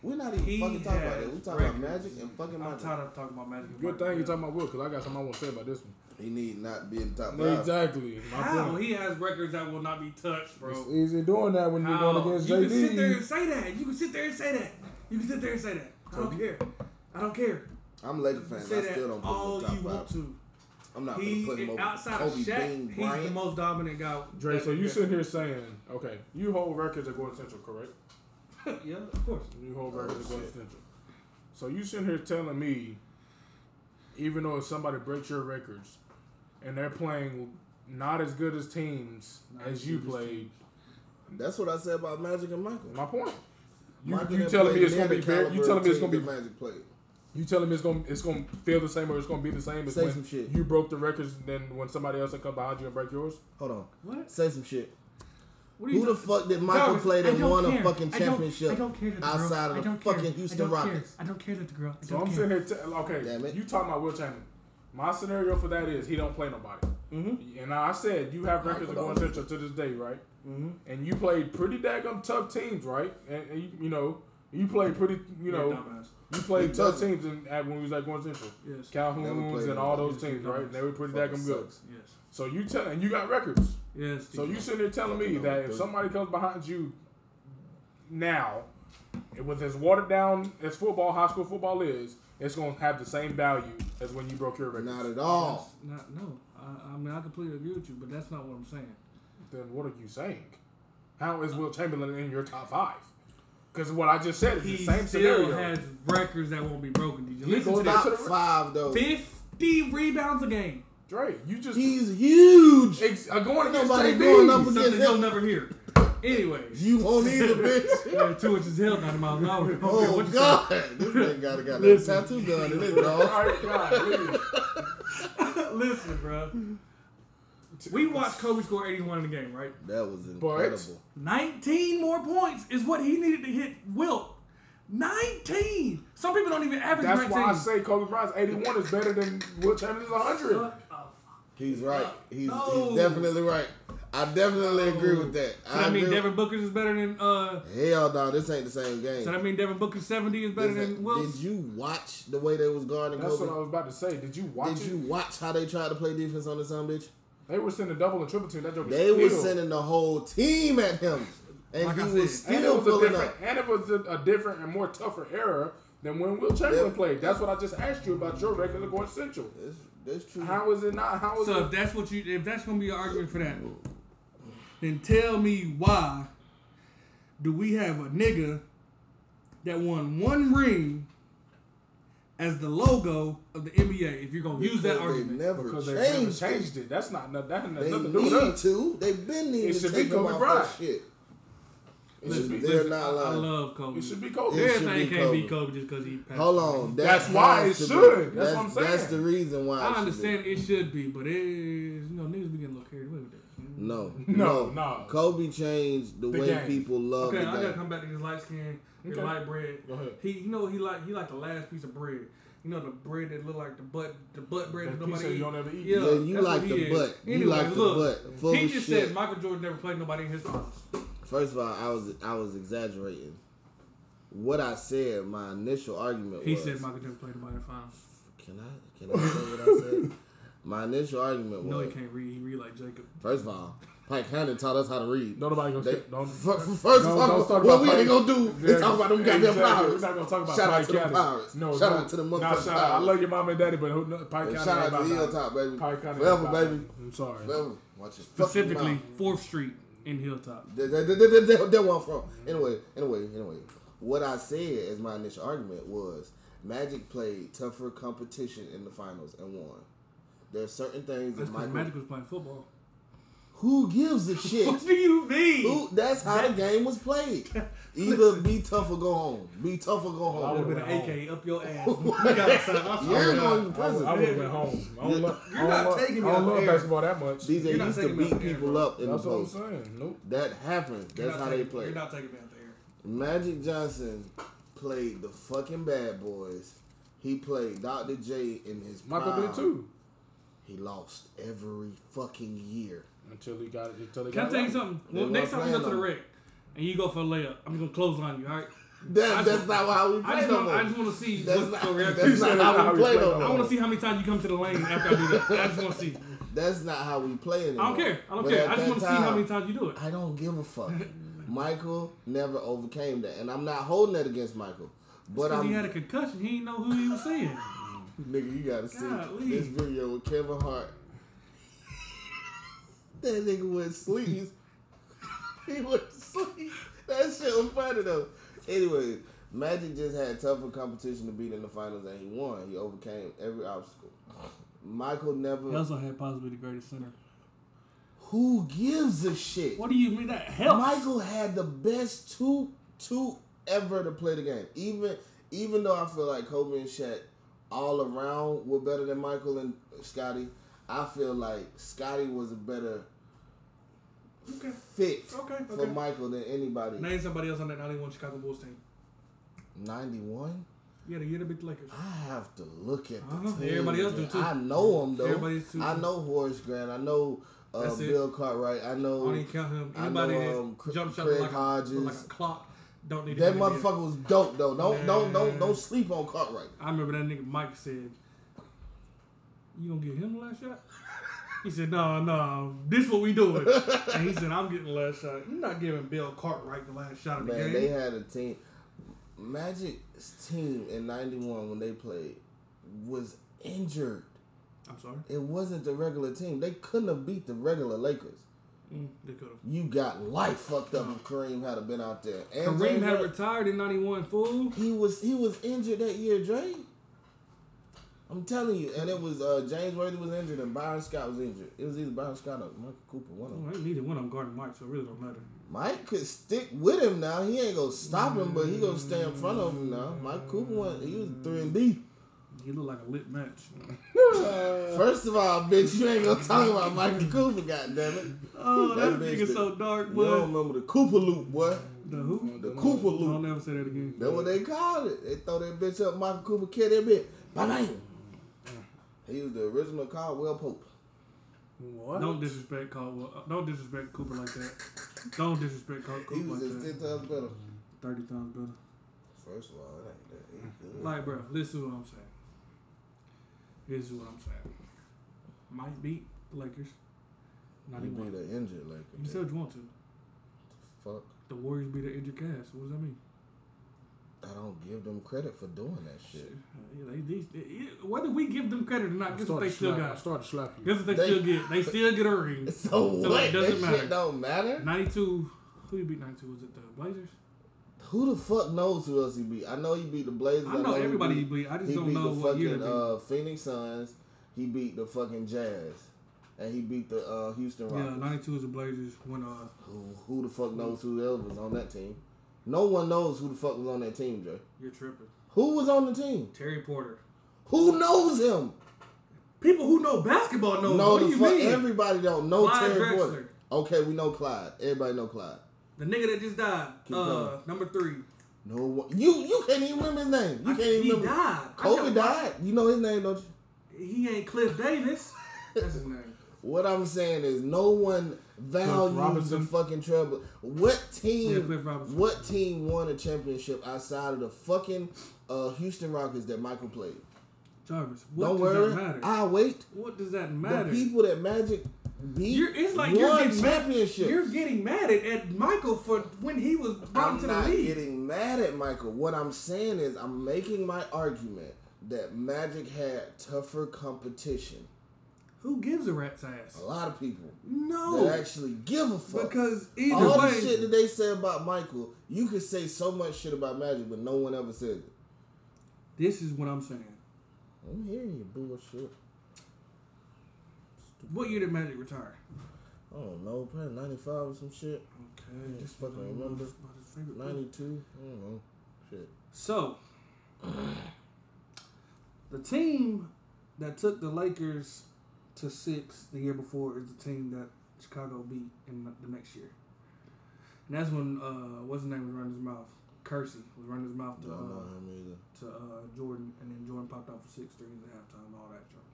S2: We're not even
S1: He
S2: fucking talking about
S1: has
S2: it. We're talking about
S1: records.
S2: Magic and fucking
S1: I'm
S2: Magic.
S1: tired of talking about Magic. and
S3: Good
S1: Michael
S3: thing
S1: Jordan.
S3: you're talking about Will, because I got something I want to say about this one.
S2: He need not be in the top five.
S3: Exactly. My
S1: How
S3: point.
S1: he has records that will not be touched,
S3: It's
S1: bro.
S3: easy doing that when you're
S1: How?
S3: going against
S1: you can sit there
S3: JD.
S1: and say that. You can sit there and say that. You can sit there and say that. I don't care. I don't care.
S2: I'm a Laker fan. I
S1: Say that
S2: still don't put him
S1: all you
S2: in the top
S1: want
S2: five.
S1: to.
S2: I'm not
S1: He
S2: gonna put him over
S1: outside of
S2: Kobe
S1: Shaq,
S2: Bean
S1: he's the
S2: Bryant.
S1: most dominant guy.
S3: Dre, so you
S1: Yeah.
S3: sitting here saying, okay, you hold records at Gordon Central, correct?
S1: yeah, of course.
S3: You hold records at
S1: Oh,
S3: Gordon
S2: shit.
S3: Central. So you sitting here telling me, even though if somebody breaks your records and they're playing not as good as teams
S1: Not
S3: as
S1: as
S3: you
S1: good as
S3: played,
S2: That's what I said about Magic and Michael.
S3: my point. You,
S2: Michael
S3: you
S2: didn't
S3: telling
S2: play
S3: me it's
S2: near
S3: gonna be
S2: the
S3: very, you
S2: caliber
S3: telling
S2: of
S3: me it's
S2: team
S3: gonna be
S2: that Magic played.
S3: You tell him it's gonna it's gonna feel the same or it's gonna be the same as
S2: Say
S3: when
S2: some shit.
S3: you broke the records than when somebody else that come behind you and break yours.
S2: Hold on.
S1: What?
S2: Say some shit.
S1: What are you
S2: Who the
S1: talking-
S2: fuck did Michael
S1: Jarvis,
S2: play
S1: I
S2: that
S1: don't
S2: won a
S1: care.
S2: fucking
S1: I don't-
S2: championship
S1: I don't care that the girl-
S2: outside
S1: I
S2: of the
S1: don't care.
S2: fucking
S1: I
S2: Houston
S1: don't care.
S2: Rockets?
S1: I don't care that the girl. I
S3: So
S1: don't
S3: I'm
S1: care.
S3: sitting here, t- okay.
S2: Damn it.
S3: You talking about Will Chamberlain? My scenario for that is he don't play nobody.
S2: Mm-hmm.
S3: And I said you have records of
S2: Michael
S3: going
S2: don't.
S3: central to this day, right?
S2: Mm-hmm.
S1: Mhm.
S3: And you played pretty daggum tough teams, right? And, and you, you know you played pretty, you
S1: You're a
S3: know
S1: dumbass.
S3: you played
S2: He
S3: tough
S2: doesn't.
S3: teams in, at when we was at Going Central,
S1: Yes.
S2: Never
S3: Calhoun's
S2: played
S3: and all
S2: nobody.
S3: those teams, right? And they were pretty
S2: Fucking
S3: daggum good.
S2: sucks.
S1: Yes.
S3: So you tell and you got records.
S1: Yes.
S3: So
S1: dude.
S3: you sitting there telling me
S2: Fucking
S3: that
S2: number
S3: if
S2: three.
S3: somebody comes behind you now, and with as watered down as football, high school football is, it's gonna have the same value as when you broke your record.
S2: Not at all.
S1: Not, no, I, I mean I completely agree with you, but that's not what I'm saying.
S3: Then what are you saying? How is Will Chamberlain in your top five? Because what I just said is
S1: He
S3: the same
S1: still
S3: scenario.
S1: has records that won't be broken. Did you
S3: He
S1: listen to
S3: goes
S1: that?
S3: back-
S2: Top five though.
S1: Fifty rebounds a game.
S3: Dre, you just
S2: He's huge.
S3: ex- uh, going against
S2: Nobody
S3: JB.
S2: going up with
S1: Something
S2: this.
S1: you'll never hear. Anyway,
S2: You won't either, bitch.
S1: yeah, two inches hell, ninety miles an hour. I don't care
S2: Oh
S1: what you
S2: God! This nigga got a goddamn
S1: Listen.
S2: tattoo done in it, dog.
S3: All right, God, please.
S1: say. listen, bro. We watched Kobe score eighty-one in the game, right?
S2: That was incredible.
S1: 19 more points is what he needed to hit Wilt. 19! Some people don't even average
S3: That's
S1: 19.
S3: why I say Kobe Bryant's 81 is better than Will Chamberlain's 100.
S1: Shut up.
S2: He's right. He's,
S1: No.
S2: he's definitely right. I definitely agree with that.
S1: So that
S2: I
S1: mean
S2: agree-
S1: Devin Booker's is better than uh
S2: Hell no, this ain't the same game.
S1: so that mean Devin Booker's 70 is better
S2: This
S1: than
S2: ain't-
S1: Wilt?
S2: Did you watch the way they was guarding
S3: That's what I
S2: Kobe?
S3: was about to say. Did you watch
S2: Did
S3: it?
S2: you watch how they tried to play defense on this son of a bitch?
S3: They were sending double and triple team. That joke is
S2: They was
S3: still-
S2: sending the whole team at him, and
S1: Like
S2: he
S1: I
S2: was
S1: said,
S3: and it
S2: still
S3: was a
S2: pulling up.
S3: different, and it was a, a different and more tougher era than when Will Chamberlain
S2: Yeah.
S3: played. That's what I just asked you about your record of going central.
S2: That's, that's true.
S3: How is it not? How is
S1: So if
S3: it?
S1: that's what you if that's gonna be your argument for that, then tell me why do we have a nigga that won one ring as the logo of the NBA if you're gonna use that
S2: Because
S1: argument?
S2: They never
S3: Because they never
S2: changed. it.
S3: changed it. That's not no- that. Has
S2: They
S3: nothing to do
S2: need
S3: with us.
S2: to. They've been needing
S3: It
S2: to
S3: should be
S2: take them
S3: Kobe
S2: off
S3: Bryant.
S2: that shit.
S3: It should be.
S2: They're not
S1: I
S2: lying.
S1: love Kobe.
S3: It should be Kobe.
S2: It should
S1: Everything
S2: be
S1: can't be
S2: Kobe.
S1: Kobe just because he passed.
S2: Hold on. that
S3: That's why
S2: has
S3: it
S2: to
S3: should.
S2: be.
S3: That's what I'm
S2: That's
S3: saying.
S2: the reason why. it
S1: I
S2: should be.
S1: understand it should be, but it is you know niggas be getting a little carried away with that.
S2: No,
S3: No,
S2: no,
S3: no.
S2: Kobe changed the,
S3: The
S2: way
S3: game.
S2: people love
S1: Okay,
S2: the
S1: I gotta
S2: game.
S1: come back to his light skin, his
S3: Okay.
S1: light bread.
S3: Go ahead.
S1: He, you know, he like he like the last piece of bread. You know, the bread that look like the butt, the butt bread that,
S3: That
S1: nobody
S3: pizza
S1: eat.
S3: you don't ever eat.
S1: Yeah,
S2: Yeah, you
S1: that's
S2: like
S1: what
S2: the
S1: he is.
S2: butt. You
S1: Anyway,
S2: like
S1: look,
S2: the butt. Full
S1: he
S2: of
S1: just
S2: shit.
S1: said Michael Jordan never played nobody in his finals.
S2: First of all, I was I was exaggerating. What I said, my initial argument
S1: He
S2: was.
S1: said Michael Jordan played nobody in the finals.
S2: can I can I say what I said? My initial argument
S1: No,
S2: was.
S1: he can't read. He read like Jacob.
S2: First of all, Pike Hannon taught us how to read.
S3: No, nobody gonna
S2: They-
S3: say. Don't,
S2: Fir- fir- First
S3: No,
S2: of
S3: don't
S2: all,
S3: start
S2: what
S3: about
S2: we ain't
S3: Pike.
S2: gonna do
S3: Yeah,
S2: is talk about them goddamn
S3: exactly.
S2: powers.
S3: We're not gonna talk about
S2: Shout out
S3: Pike
S2: to the
S3: County.
S2: Pirates.
S3: No,
S2: Shout
S3: no.
S2: out to the
S3: Nah,
S2: motherfucking
S3: shout out. I
S2: Pirates.
S3: love your mom and daddy, but who, no, Pike County.
S2: And shout
S3: ain't
S2: out to
S3: about
S2: Hill
S3: that.
S2: Top, baby.
S3: Pike County.
S2: Forever,
S3: ain't about
S2: baby.
S3: that. I'm sorry.
S2: Forever. Watch your fucking
S1: Specifically,
S2: mouth.
S1: Fourth Street in Hilltop.
S2: That, that, that, that, that, that where I'm from. Anyway, anyway, anyway. What I said as my initial argument was Magic played tougher competition in the finals and won. There are certain things
S1: That's because
S2: that Michael.
S1: Magic was playing football.
S2: Who gives a shit?
S1: What do you mean?
S2: Who, that's how the game was played. Either be tough or go home. Be tough or go
S3: I
S2: home.
S3: would've
S1: With
S3: went
S1: an
S3: home.
S2: Oh.
S1: AK up your ass. Look outside. I'm
S2: You ain't
S1: sorry.
S2: going to
S3: I would
S2: prison.
S3: have went home. I don't, lo- I
S1: You're not
S3: don't, lo-
S1: taking me
S3: I
S1: out
S3: don't love
S1: there.
S3: basketball that much.
S2: DJ
S1: You're not
S2: used to
S1: taking me out
S2: beat
S1: the air,
S2: people
S1: bro.
S2: up in
S3: That's
S2: the
S3: what I'm
S2: post.
S3: saying. Nope.
S2: That happened.
S1: You're
S2: That's
S1: not
S2: how they
S1: taking-
S2: play.
S1: You're not taking me out the air.
S2: Magic Johnson played the fucking bad boys. He played Dr. J in his
S3: Michael
S2: prime.
S3: did too.
S2: He lost every fucking year.
S3: Until he got until he
S1: Can I
S3: got
S1: tell you
S3: it.
S1: something?
S2: They
S1: Well, next
S2: love
S1: time we go to
S2: playing
S1: the
S2: them.
S1: wreck and you go for a layup, I'm gonna close on you. All right. I
S2: That, that's
S1: just-
S2: not how we
S1: I
S2: play
S1: just
S2: no
S1: want, I
S2: more.
S1: just want to see
S2: That's
S1: what
S2: not,
S1: your reaction.
S2: that's
S1: is.
S2: not how we play no
S1: I want to
S2: more.
S1: see how many times you come to the lane after I do that. I just want to see.
S2: That's not how we play anymore.
S1: I don't care. I don't
S2: But
S1: care.
S2: at
S1: I just
S2: that
S1: want to see how
S2: time,
S1: many times you do it.
S2: I don't give a fuck. Michael never overcame that, and I'm not holding that against Michael. But
S1: Cause
S2: I'm
S1: he had a concussion. He didn't know who he was seeing.
S2: nigga, you gotta see
S1: Golly.
S2: this video with Kevin Hart. that nigga was asleep. He's- he was asleep. That shit was funny though. Anyway, Magic just had tougher competition to beat in the finals, and he won. He overcame every obstacle. Michael
S1: He
S2: never.
S1: also had possibly the greatest center.
S2: Who gives a shit?
S1: What do you mean that helps?
S2: Michael had the best two two ever to play the game. Even even though I feel like Kobe and Shaq all around were better than Michael and Scotty, I feel like Scotty was a better
S1: Okay.
S2: fit
S1: Okay,
S2: for
S1: okay.
S2: Michael than anybody.
S1: Name somebody else on that 91 Chicago Bulls team.
S2: Ninety one.
S1: Yeah, the year they beat the Lakers.
S2: I have to look at the
S1: Uh-huh.
S2: team.
S1: Everybody else do,
S2: man.
S1: too.
S2: I know him though.
S1: Everybody's too.
S2: I know Horace Grant. I know uh,
S1: That's it.
S2: Bill Cartwright. I
S1: I don't
S2: know
S1: even count him.
S2: I
S1: Anybody
S2: know, um,
S1: that
S2: Cr-
S1: jump shot
S2: Craig
S1: like, a- like
S2: Hodges.
S1: a clock don't need to
S2: that
S1: be in the NBA.
S2: motherfucker was dope though. Don't don't don't
S1: Man.
S2: don't sleep on Cartwright.
S1: I remember that nigga Mike said, "You gonna get him the last shot?" He said, "No, no, this what we doing." and he said, "I'm getting the last shot. You're not giving Bill Cartwright the last shot of the
S2: Man,
S1: game."
S2: they had a team. Magic's team in '91 when they played was injured.
S1: I'm sorry,
S2: It wasn't the regular team. They couldn't have beat the regular Lakers.
S1: mm, they could have.
S2: You got life fucked up if Kareem had have been out there. And
S1: Kareem had
S2: James Harden-
S1: retired in '91. Fool,
S2: he was he was injured that year, Dre. I'm telling you, and it was uh, James Worthy was injured and Byron Scott was injured. It was either Byron Scott or Michael Cooper, one of them.
S1: well, Oh, ain't neither one of them guarding Mike, so it really don't matter.
S2: Mike could stick with him now. He ain't gonna stop him, but he gonna stay in front of him now. Mike Cooper went, he was three and D.
S1: He looked like a lit match.
S2: First of all, bitch, you ain't gonna talk about Michael Cooper, goddammit.
S1: Oh,
S2: That
S1: that,
S2: bitch
S1: nigga
S2: did-
S1: so dark,
S2: You don't
S1: boy.
S2: remember the Cooper loop, boy.
S1: The who?
S2: The Cooper
S1: I'll
S2: loop.
S1: never say that again.
S2: That's what they called it. They throw that bitch up, Michael Cooper killed that bitch. Bang bang. He was the original Caldwell Pope.
S3: What?
S1: Don't disrespect Caldwell. uh, Don't disrespect Cooper like that. Don't disrespect Cal-
S2: He
S1: Cooper
S2: was
S1: like
S2: just
S1: that.
S2: ten times better.
S1: Thirty times better.
S2: First of all, it ain't that. He good.
S1: Like, bro, listen to what I'm saying. Here's what I'm saying. Might beat the Lakers. Not
S2: He
S1: even.
S2: be
S1: You
S2: the injured like
S1: said you want to.
S2: fuck.
S1: The Warriors beat the injured cast. What does that mean?
S2: I don't give them credit for doing that shit.
S1: Uh, yeah, they, these- they- yeah, whether we give them credit or
S3: I
S1: not, guess what
S3: started
S1: they still
S3: slap- I
S1: got.
S3: started slapping you.
S1: Guess what they,
S2: They-
S1: still get. They still get a ring.
S2: So
S1: it
S2: what?
S1: doesn't
S2: that
S1: matter.
S2: shit don't matter.
S1: 92. Who you beat 92? Was it the Blazers?
S2: Who the fuck knows who else he beat? I know he beat the Blazers.
S1: I know
S2: he
S1: everybody
S2: beat-
S1: he beat. I just
S2: He
S1: don't
S2: beat
S1: know
S2: the
S1: what year
S2: fucking
S1: they
S2: uh, Phoenix Suns. He beat the fucking Jazz, and he beat the uh, Houston
S1: beat. Yeah,
S2: Rockets.
S1: 92 was the Blazers when uh,
S2: who, who the fuck knows who else was on that team? No one knows who the fuck was on that team, Jay.
S1: you're tripping.
S2: Who was on the team?
S1: Terry Porter.
S2: Who knows him?
S1: People who know basketball know.
S2: no,
S1: what
S2: the
S1: do you
S2: fuck.
S1: mean?
S2: Everybody don't know
S1: Clyde
S2: Terry
S1: Drexler.
S2: Porter. Okay, we know Clyde. Everybody know Clyde.
S1: The nigga that just died.
S2: Keep
S1: uh,
S2: going.
S1: number three.
S2: No one. You you can't even remember his name. You
S1: I-
S2: can't even
S1: he
S2: remember.
S1: died. I
S2: Kobe
S1: kept
S2: died. You know his name, don't you?
S1: watching- He ain't Cliff Davis. That's his name.
S2: What I'm saying is, no one values the
S3: Robinson.
S2: fucking trouble. What
S1: Yeah,
S2: team?
S1: Cliff Robinson.
S2: what team won a championship outside of the fucking uh, Houston Rockets that Michael played?
S1: Jarvis. What
S2: Don't
S1: does
S2: worry,
S1: that matter?
S2: I wait.
S1: what does that
S2: The
S1: matter?
S2: people that Magic beat
S1: You're, it's like you're
S2: won
S1: getting
S2: championships.
S1: Mad, you're getting mad at, at Michael for when he was brought
S2: I'm
S1: into the
S2: not
S1: league.
S2: getting mad at Michael. What I'm saying is, I'm making my argument that Magic had tougher competition.
S1: Who gives a rat's ass?
S2: A lot of people Oh.
S1: No,
S2: that actually give a fuck.
S1: because either
S2: All
S1: way,
S2: the shit that they say about Michael, you could say so much shit about Magic, but no one ever says it.
S1: this is what I'm saying.
S2: I'm hearing you bullshit.
S1: What year did Magic retire?
S2: I don't know, probably 95 or some shit.
S1: Okay,
S2: Yeah,
S1: just
S2: fucking
S1: fucking
S2: remember.
S1: remember. About his favorite book.
S2: 92. I don't know. Shit.
S1: So, the team that took the Lakers to six the year before is the team that Chicago beat in the- the next year. And that's when, uh, what's his name was running his mouth? Kersey was running his mouth
S2: Don't
S1: to,
S2: know
S1: uh,
S2: him either.
S1: to uh, Jordan, and then Jordan popped out for six threes at halftime, and all that junk.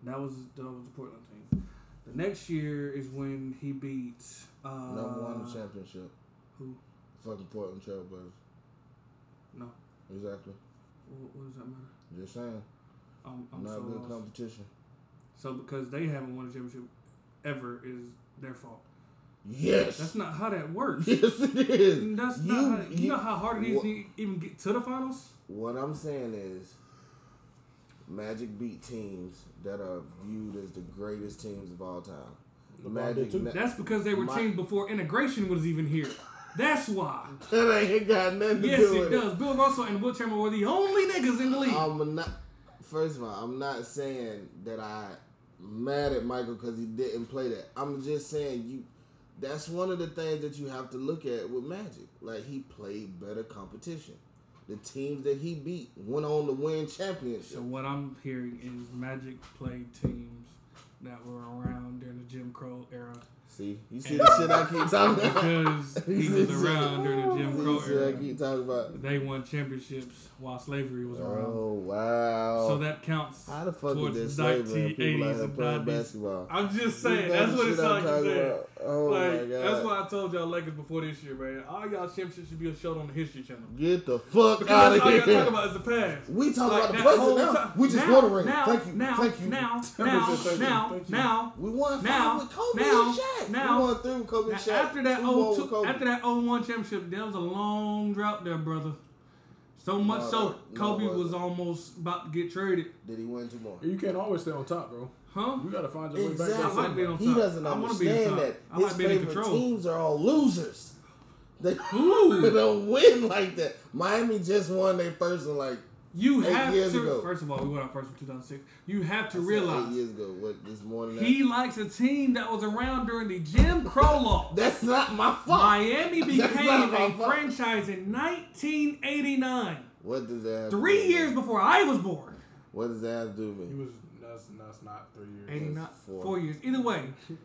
S1: And that was that was the Portland team. The next year is when he beat uh,
S2: Number one in the championship.
S1: who?
S2: Fucking Portland Trailblazers.
S1: No.
S2: Exactly.
S1: What, what does that matter?
S2: Just saying.
S1: I'm, I'm
S2: Not
S1: so
S2: good
S1: lost.
S2: competition.
S1: So because they haven't won a championship ever is their fault.
S2: Yes!
S1: That's not how that works.
S2: yes, it is.
S1: That's
S2: You-
S1: not how, you,
S2: you-
S1: know how hard it is
S2: Wha-
S1: to even get to the finals.
S2: What I'm saying is, Magic beat teams that are viewed as the greatest teams of all time.
S3: LeBron
S2: Magic.
S3: did too.
S2: ne-
S1: That's because they were
S2: My-
S1: teams before integration was even here. That's why.
S2: that ain't got nothing to
S1: Yes,
S2: do
S1: it
S2: with it.
S1: does. Bill Russell and Will Chamberlain were the only niggas in the league.
S2: I'm not. First of all, I'm not saying that I mad at Michael because he didn't play that. I'm just saying you. That's one of the things that you have to look at with Magic. Like he played better competition. The teams that he beat went on to win championships.
S1: So what I'm hearing is Magic played teams that were around during the Jim Crow era
S2: See, you see the shit I keep talking about.
S1: because he
S2: You see
S1: was
S2: the shit-
S1: around during the
S2: you
S1: Jim
S2: see
S1: Crow
S2: the shit I
S1: era.
S2: keep talking about.
S1: They won championships while slavery was around.
S2: Oh wow!
S1: So that counts.
S2: how the fuck did
S1: towards
S2: this slavery and people
S1: 1980s
S2: out here
S1: and
S2: playing
S1: 90s.
S2: basketball?
S1: I'm just
S2: You
S1: saying.
S2: know
S1: That's
S2: the
S1: what it
S2: shit I'm
S1: sounds like.
S2: talking
S1: you said.
S2: about. Oh my
S1: like
S2: god!
S1: that's why I told y'all Lakers before this year, man. All y'all championships should be a show on the History Channel.
S2: Get the fuck out
S1: Because
S2: of
S1: all
S2: here.
S1: y'all talk about is the past.
S2: we talking
S1: Like,
S2: about the
S1: that
S2: present
S1: whole
S2: now.
S1: time-
S2: We just
S1: now,
S2: won a ring.
S1: now,
S2: thank you.
S1: now,
S2: thank you.
S1: Now, now,
S3: Thank you,
S1: now,
S3: thank you.
S1: now,
S2: we won
S1: now,
S2: five with Kobe
S1: now,
S2: and Shaq.
S1: now.
S2: we won three with Kobe
S1: Now,
S2: and Shaq.
S1: after that
S2: two more
S1: oh
S2: with
S1: two
S2: Kobe.
S1: after that 01 championship, there was a long drought there, brother. So much
S2: No,
S1: so
S2: that- no,
S1: Kobe
S2: it wasn't.
S1: was almost about to get traded,
S2: did he win two more?
S3: You can't always stay on top, bro.
S1: huh?
S3: You gotta find your way back.
S2: Exactly.
S3: there
S1: I like being
S3: somewhere.
S1: on top.
S2: He doesn't
S1: I wanna be on
S2: understand
S1: top.
S2: that
S1: I
S2: his
S1: like being in
S2: favorite
S1: control.
S2: teams are all losers. They
S1: Who?
S2: don't win like that. Miami just won their first in like
S1: You
S2: Eight
S1: have
S2: years
S1: to.
S2: ago.
S1: First of all, we went out first in 2006. You have to
S2: I said eight
S1: realize
S2: years ago. What this morning?
S1: he likes a team that was around during the Jim Crow law.
S2: that's not my fault.
S1: Miami
S2: That's
S1: became
S2: not
S1: a
S2: my fault.
S1: franchise in 1989,
S2: What does that? have to
S1: three
S2: do with-
S1: years before I was born.
S2: What does that have to do with
S3: He
S2: me?
S3: was that's, that's not three years.
S1: 89,
S2: four.
S1: four. years. Either way,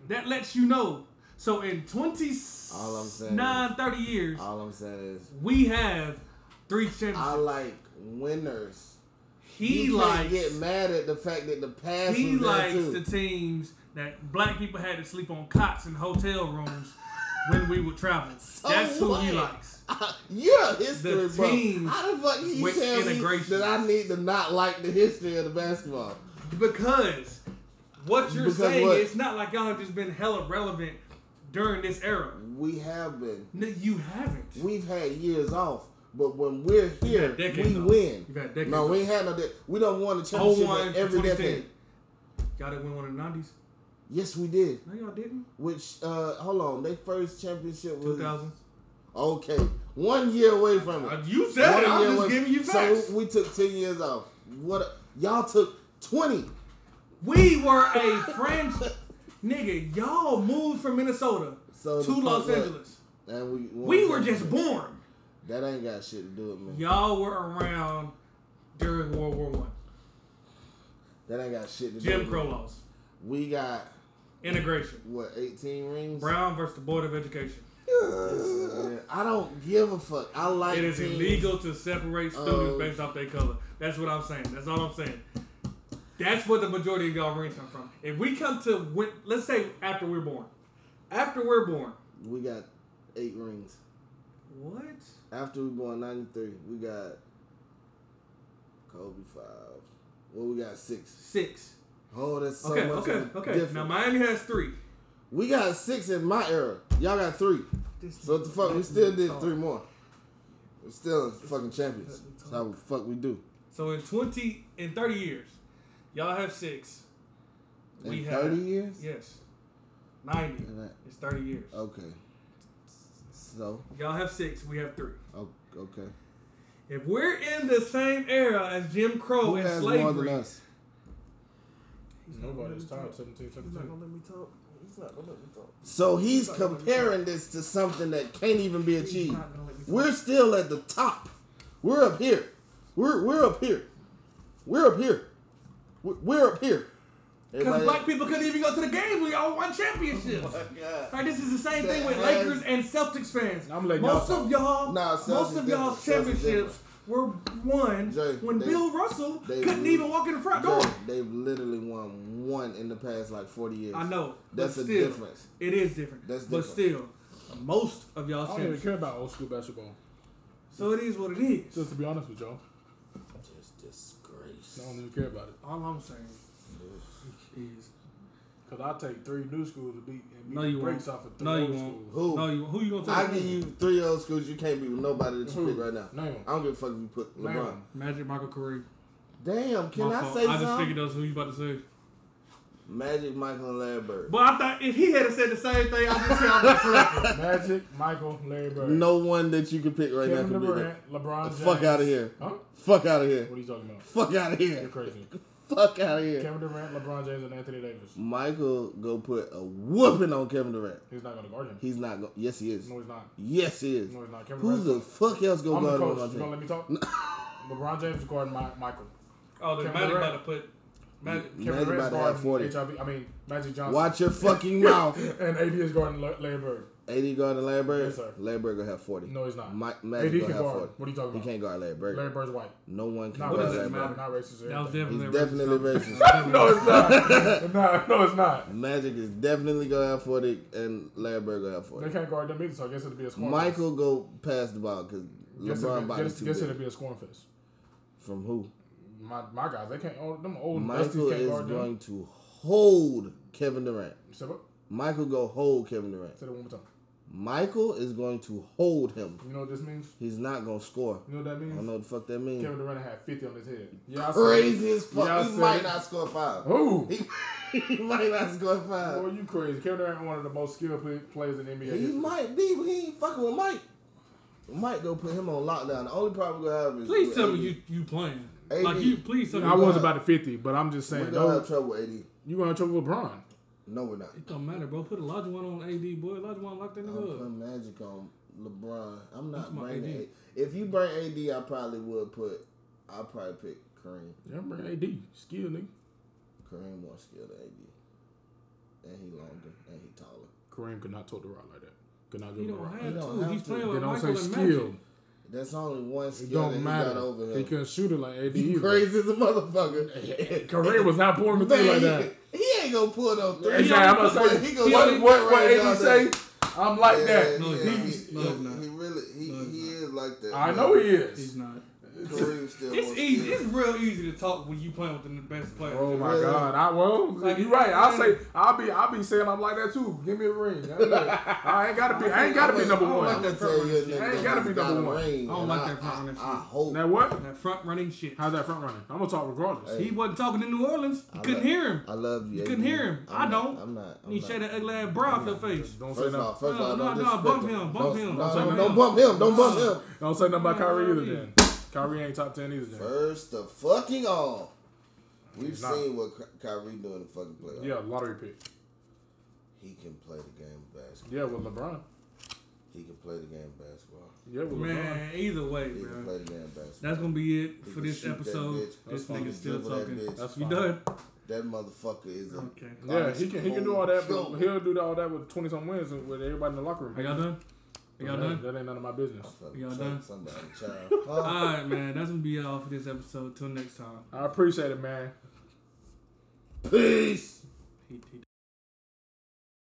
S1: that lets you know. So in 29,
S2: saying
S1: 30 years,
S2: All I'm saying is,
S1: we have three championships.
S2: I like winners.
S1: he
S2: you
S1: likes.
S2: can't get mad at the fact that the past
S1: He
S2: was there
S1: likes
S2: too.
S1: the teams that black people had to sleep on cots in hotel rooms when we would travel. That's who he
S2: what?
S1: likes.
S2: You're a history
S1: the
S2: buff.
S1: teams
S2: How the fuck you
S1: with
S2: tell me
S1: integration.
S2: that I need to not like the history of the basketball?
S1: Because what you're
S2: Because
S1: saying
S2: what?
S1: is not like y'all have just been hella relevant during this era.
S2: We have been.
S1: No, you haven't.
S2: We've had years off, but when we're here,
S1: had decades
S2: we
S1: off.
S2: win.
S1: You've had decades
S2: no, we
S1: off.
S2: ain't had no. De- we don't won a championship
S1: 01
S2: in every
S1: every
S2: decade.
S1: Y'all didn't win one in the 90s?
S2: Yes, we did.
S1: No, y'all didn't.
S2: Which, uh, hold on, their first championship was
S1: 2000.
S2: okay, one year away from it.
S1: Uh, you said it.
S2: One
S1: I'm
S2: year
S1: just
S2: away-
S1: giving you facts.
S2: So we took ten years off. What a- y'all took twenty?
S1: we were a franchise. Nigga, y'all moved from Minnesota
S2: So
S1: to
S2: the
S1: Los
S2: fuck what?
S1: Angeles.
S2: And we won
S1: We were just
S2: championship.
S1: born.
S2: That ain't got shit to do with me.
S1: Y'all were around during World War One.
S2: That ain't got shit to do.
S1: Jim
S2: with
S1: Crow
S2: me.
S1: laws,
S2: We got
S1: integration,
S2: what eighteen rings.
S1: Brown versus the Board of Education.
S2: Yeah, I don't give a fuck. I like
S1: It is
S2: teams.
S1: illegal to separate students
S2: Oh.
S1: based off their color. That's what I'm saying. That's all I'm saying. That's where the majority of y'all rings come from. If we come to, when, let's say after we're born, after we're born,
S2: We got eight rings.
S1: what?
S2: After we born ninety three, we got Kobe five. Well, we got six.
S1: Six.
S2: Oh, that's so
S1: Okay,
S2: much
S1: okay,
S2: of a
S1: okay.
S2: difference.
S1: Now Miami has three.
S2: we got six in my era. Y'all got three.
S1: This
S2: So what the fuck? We still did three more. We're still fucking champions. That's how the fuck we do.
S1: So in twenty, in thirty years, y'all have six.
S2: In
S1: We have-
S2: thirty years.
S1: Yes, ninety. It's thirty years.
S2: Okay. So
S1: Y'all have six. We have three.
S2: o- okay.
S1: If we're in the same era as Jim Crow
S2: Who
S1: Oh, and
S2: has more
S1: slavery,
S2: than us?
S3: Nobody's tired. Seventeen,
S1: He's not
S3: seventeen.
S1: gonna let me talk. He's not gonna let me talk.
S2: So he's comparing this to something that can't even be
S1: He's
S2: achieved.
S1: not gonna let me talk.
S2: We're still at the top. We're up here. We're we're up here. We're up here. We're, we're up here.
S1: Because
S2: Everybody-
S1: black people couldn't even go to the game. We all won championships.
S2: God.
S1: Like this is the same thing with
S2: Yeah.
S1: Lakers and Celtics fans.
S3: I'm letting
S1: most
S3: y'all
S1: of y'all,
S2: Nah, Celtics
S1: most of y'all's
S2: different. Celtics
S1: championships were won
S2: Jay,
S1: when
S2: they-
S1: Bill Russell
S2: they-
S1: couldn't even walk in the front door.
S2: They, they've literally won one in the past like forty years.
S1: I know.
S2: That's
S1: but
S2: a
S1: still,
S2: difference.
S1: It is different.
S2: That's
S1: But still, most of
S3: I
S1: y'all's
S3: don't even
S1: championships.
S3: care about old school basketball.
S1: So it is what it is.
S3: Just to be honest with y'all,
S2: Just disgrace.
S3: I don't even care about it.
S1: All I'm saying is
S3: Cause I take three new schools to beat and beat
S1: No, you
S3: the breaks
S1: won't.
S3: off of three
S1: no, you
S3: old
S1: won't.
S3: schools.
S2: Who?
S1: No, Oh, you who you gonna
S2: I
S1: talk
S2: give you three old schools. You can't be with nobody that you
S3: Who?
S2: pick right now.
S3: No, you won't.
S2: I don't give a fuck if you put
S3: No, you
S2: LeBron.
S3: won't.
S1: Magic Michael Curry.
S2: Damn, can
S1: My
S2: I
S1: fault.
S2: say
S1: I just
S2: something?
S1: figured that's who you about to say.
S2: Magic Michael and Larry Bird.
S1: But I thought if he had said the same thing, I just said I'm not correct.
S3: Magic, Michael, Larry Bird,
S2: No one that you can pick right
S3: Kevin
S2: now can be there.
S3: Durant, LeBron
S2: The
S3: James.
S2: fuck outta here.
S3: Huh?
S2: Fuck out of here.
S3: What are you talking about?
S2: Fuck out of
S3: You're
S2: here.
S3: crazy.
S2: Fuck out of here.
S3: Kevin Durant, LeBron James, and Anthony Davis.
S2: Michael go put a whooping on Kevin Durant.
S3: He's not gonna guard him.
S2: He's not going. Yes, he is.
S3: No, he's not.
S2: Yes, he is.
S3: No, he's not. Kevin
S2: Who
S3: Durant.
S2: the fuck else go
S3: I'm the
S2: guard him on
S3: coach.
S2: my
S3: You gonna
S2: team?
S3: let me talk? LeBron James is guarding my, Michael.
S1: Oh, then
S3: Kevin
S1: Magic
S3: Durant.
S1: about to put Magic.
S2: Magic
S3: Kevin Durant's
S2: about to have 40.
S3: guarding HIV. I mean Magic Johnson.
S2: Watch your fucking mouth.
S3: And AD is guarding La- Larry Bird.
S2: AD guarding Larry Bird.
S3: Yes, sir.
S2: Larry Bird gonna have forty.
S3: No, he's not.
S2: Mike
S3: AD
S2: Magic
S3: can
S2: gonna have
S3: guard.
S2: forty.
S3: What are you talking
S2: He
S3: about?
S2: can't guard Larry Bird.
S3: Larry Bird's white.
S2: No one can
S3: Not
S1: what
S2: guard
S1: does
S2: Larry
S1: it
S3: racist. Not,
S2: Bird.
S3: not racist.
S1: That was
S3: everything.
S2: He's
S1: definitely
S2: definitely racist.
S3: No, it's not. no, no, it's not.
S2: Magic is definitely gonna have forty, and Larry Bird gonna have
S3: They
S2: forty.
S3: can't guard them either, so I guess it'll be a scoring
S2: Michael go pass the ball because
S3: fest.
S2: LeBron
S3: guess,
S2: body's
S3: guess,
S2: too
S3: guess
S2: big.
S3: it'll be a scoring fest.
S2: From who?
S3: My, my guys, they can't. Oh, them old
S2: Michael
S3: Michael can't
S2: is
S3: guard them.
S2: going to hold Kevin Durant.
S3: Say what?
S2: Michael go hold Kevin Durant.
S3: Say that one more time.
S2: Michael is going to hold him.
S3: You know what this means?
S2: He's not gonna score.
S3: You know what that
S2: I don't
S3: means?
S2: know what the fuck that means.
S3: Kevin Durant had 50 on his head. Yeah, I said it.
S2: Crazy as fuck.
S3: Yeah, I
S2: he
S3: said
S2: might
S3: it.
S2: not score five.
S3: Who?
S2: he might not score five.
S3: Boy, you crazy. Kevin Durant one of the most skilled play, players in the NBA.
S2: He
S3: history.
S2: might be, but he ain't fucking with Mike. Mike go put him on lockdown. The only problem we gonna have is
S1: Please
S2: with
S1: tell me
S2: AD.
S1: you you playing.
S2: AD.
S1: Like you, please tell me.
S3: I was about to 50, but I'm just
S2: We're
S3: saying,
S2: gonna
S3: though,
S2: have trouble, AD.
S3: you going to trouble with LeBron.
S2: No, we're not.
S1: It don't matter, bro. Put Elijah one on AD, boy. Elijah one locked in the
S2: I'm
S1: hood.
S2: putting Magic on LeBron. I'm not
S1: That's my
S2: bringing.
S1: AD.
S2: AD. If you bring AD, I probably would put. I probably pick Kareem.
S3: Yeah, bro, AD. Skill, nigga.
S2: Kareem more skilled than AD, and he longer and he taller.
S3: Kareem could not tote the rock like that. Could not
S1: He
S3: do the
S1: don't
S3: rock.
S1: have
S2: He don't
S1: to.
S2: have
S1: He's
S2: to.
S1: playing
S3: They
S1: with
S3: don't
S1: Michael
S3: say
S1: and
S3: skill.
S1: Magic.
S2: That's only one
S3: It
S2: skill that
S3: don't
S2: he got
S3: matter.
S2: over
S3: He
S2: him.
S3: couldn't shoot it like AD.
S2: He
S3: either.
S2: crazy as a motherfucker.
S3: Kareem was not pouring the three
S2: Man,
S3: like that.
S2: he, he ain't gonna pull no three.
S3: Exactly. I'm
S2: He
S3: not
S2: gonna-
S3: saying
S2: he gonna
S3: what
S2: shoot
S3: what what
S2: right
S3: AD
S2: down
S3: say.
S2: there.
S3: I'm like
S2: Yeah,
S3: that.
S1: No,
S2: yeah,
S1: he's
S2: he,
S1: not. No, he's not.
S2: he really he,
S1: No, he's
S2: he is like that.
S3: I
S2: man.
S3: know he
S1: He's
S3: is.
S1: not.
S2: Kareem still more
S1: It's easy.
S2: skilled.
S1: It's real easy to talk when you playing with the best player.
S3: Oh my
S2: Really?
S3: God! I well,
S1: Like,
S3: you're right. I'll say
S1: really?
S3: I'll be I'll be saying I'm like that too. Give me a ring. I, I ain't gotta be I ain't gotta be
S2: I'm
S3: number
S2: gonna- I'm
S3: one.
S2: gonna
S1: that
S2: tell you a
S1: front running
S2: nigga
S3: shit. I ain't gotta be
S2: that's got
S3: number
S2: a
S3: one.
S2: ring,
S1: I don't
S2: and
S1: like that front running
S2: I, I
S1: shit.
S2: hope.
S3: Now what?
S1: That front running shit.
S3: How's that front running? I'm gonna talk regardless.
S1: He wasn't talking to New Orleans. He
S2: I
S1: couldn't
S2: love-
S1: hear him.
S2: I love you.
S1: You couldn't
S2: AD.
S1: hear him.
S2: I'm
S1: I
S2: not-
S1: don't.
S2: I'm not. I'm
S1: He
S2: not.
S1: shaved that ugly ass bra off your face.
S3: Don't say
S2: First
S3: nothing.
S2: off, first
S1: No,
S2: off,
S1: no,
S2: don't
S1: no,
S2: disrespect
S1: bump him, bump
S2: Don't-
S1: him,
S2: No,
S1: bump
S2: no,
S1: him.
S2: don't bump him. Don't bump him.
S3: Don't say nothing about Kyrie either. Then Kyrie ain't top ten either. Then
S2: First the fucking all. We've
S3: He's not.
S2: seen what Ky- Kyrie do in the fucking playoffs.
S3: yeah, lottery pick.
S2: He can play the game of basketball.
S3: Yeah, with LeBron.
S2: He can play the game of basketball.
S3: Yeah, with LeBron.
S1: Man, either way,
S2: He can
S1: bro.
S2: play the game of basketball.
S1: That's gonna be it
S2: He
S1: for
S2: can
S1: this
S2: shoot that
S1: episode.
S2: bitch.
S1: This
S2: That's fine.
S1: nigga's still
S2: Dribble that
S1: talking.
S2: bitch.
S3: That's
S1: You
S3: fine.
S1: done?
S2: That motherfucker is a.
S1: Okay.
S3: Yeah, he can he can do all that, but
S2: Yo.
S3: he'll do all that with twenty some wins with everybody in the locker room.
S1: Are y'all done? Are y'all
S3: that,
S1: done?
S3: That ain't none of my business.
S2: fucking
S1: Y'all
S2: choke
S1: done?
S2: Somebody, child. Huh?
S1: All right, man. That's gonna be all for this episode. Till next time.
S3: I appreciate it, man.
S2: Peace.
S1: He, he done.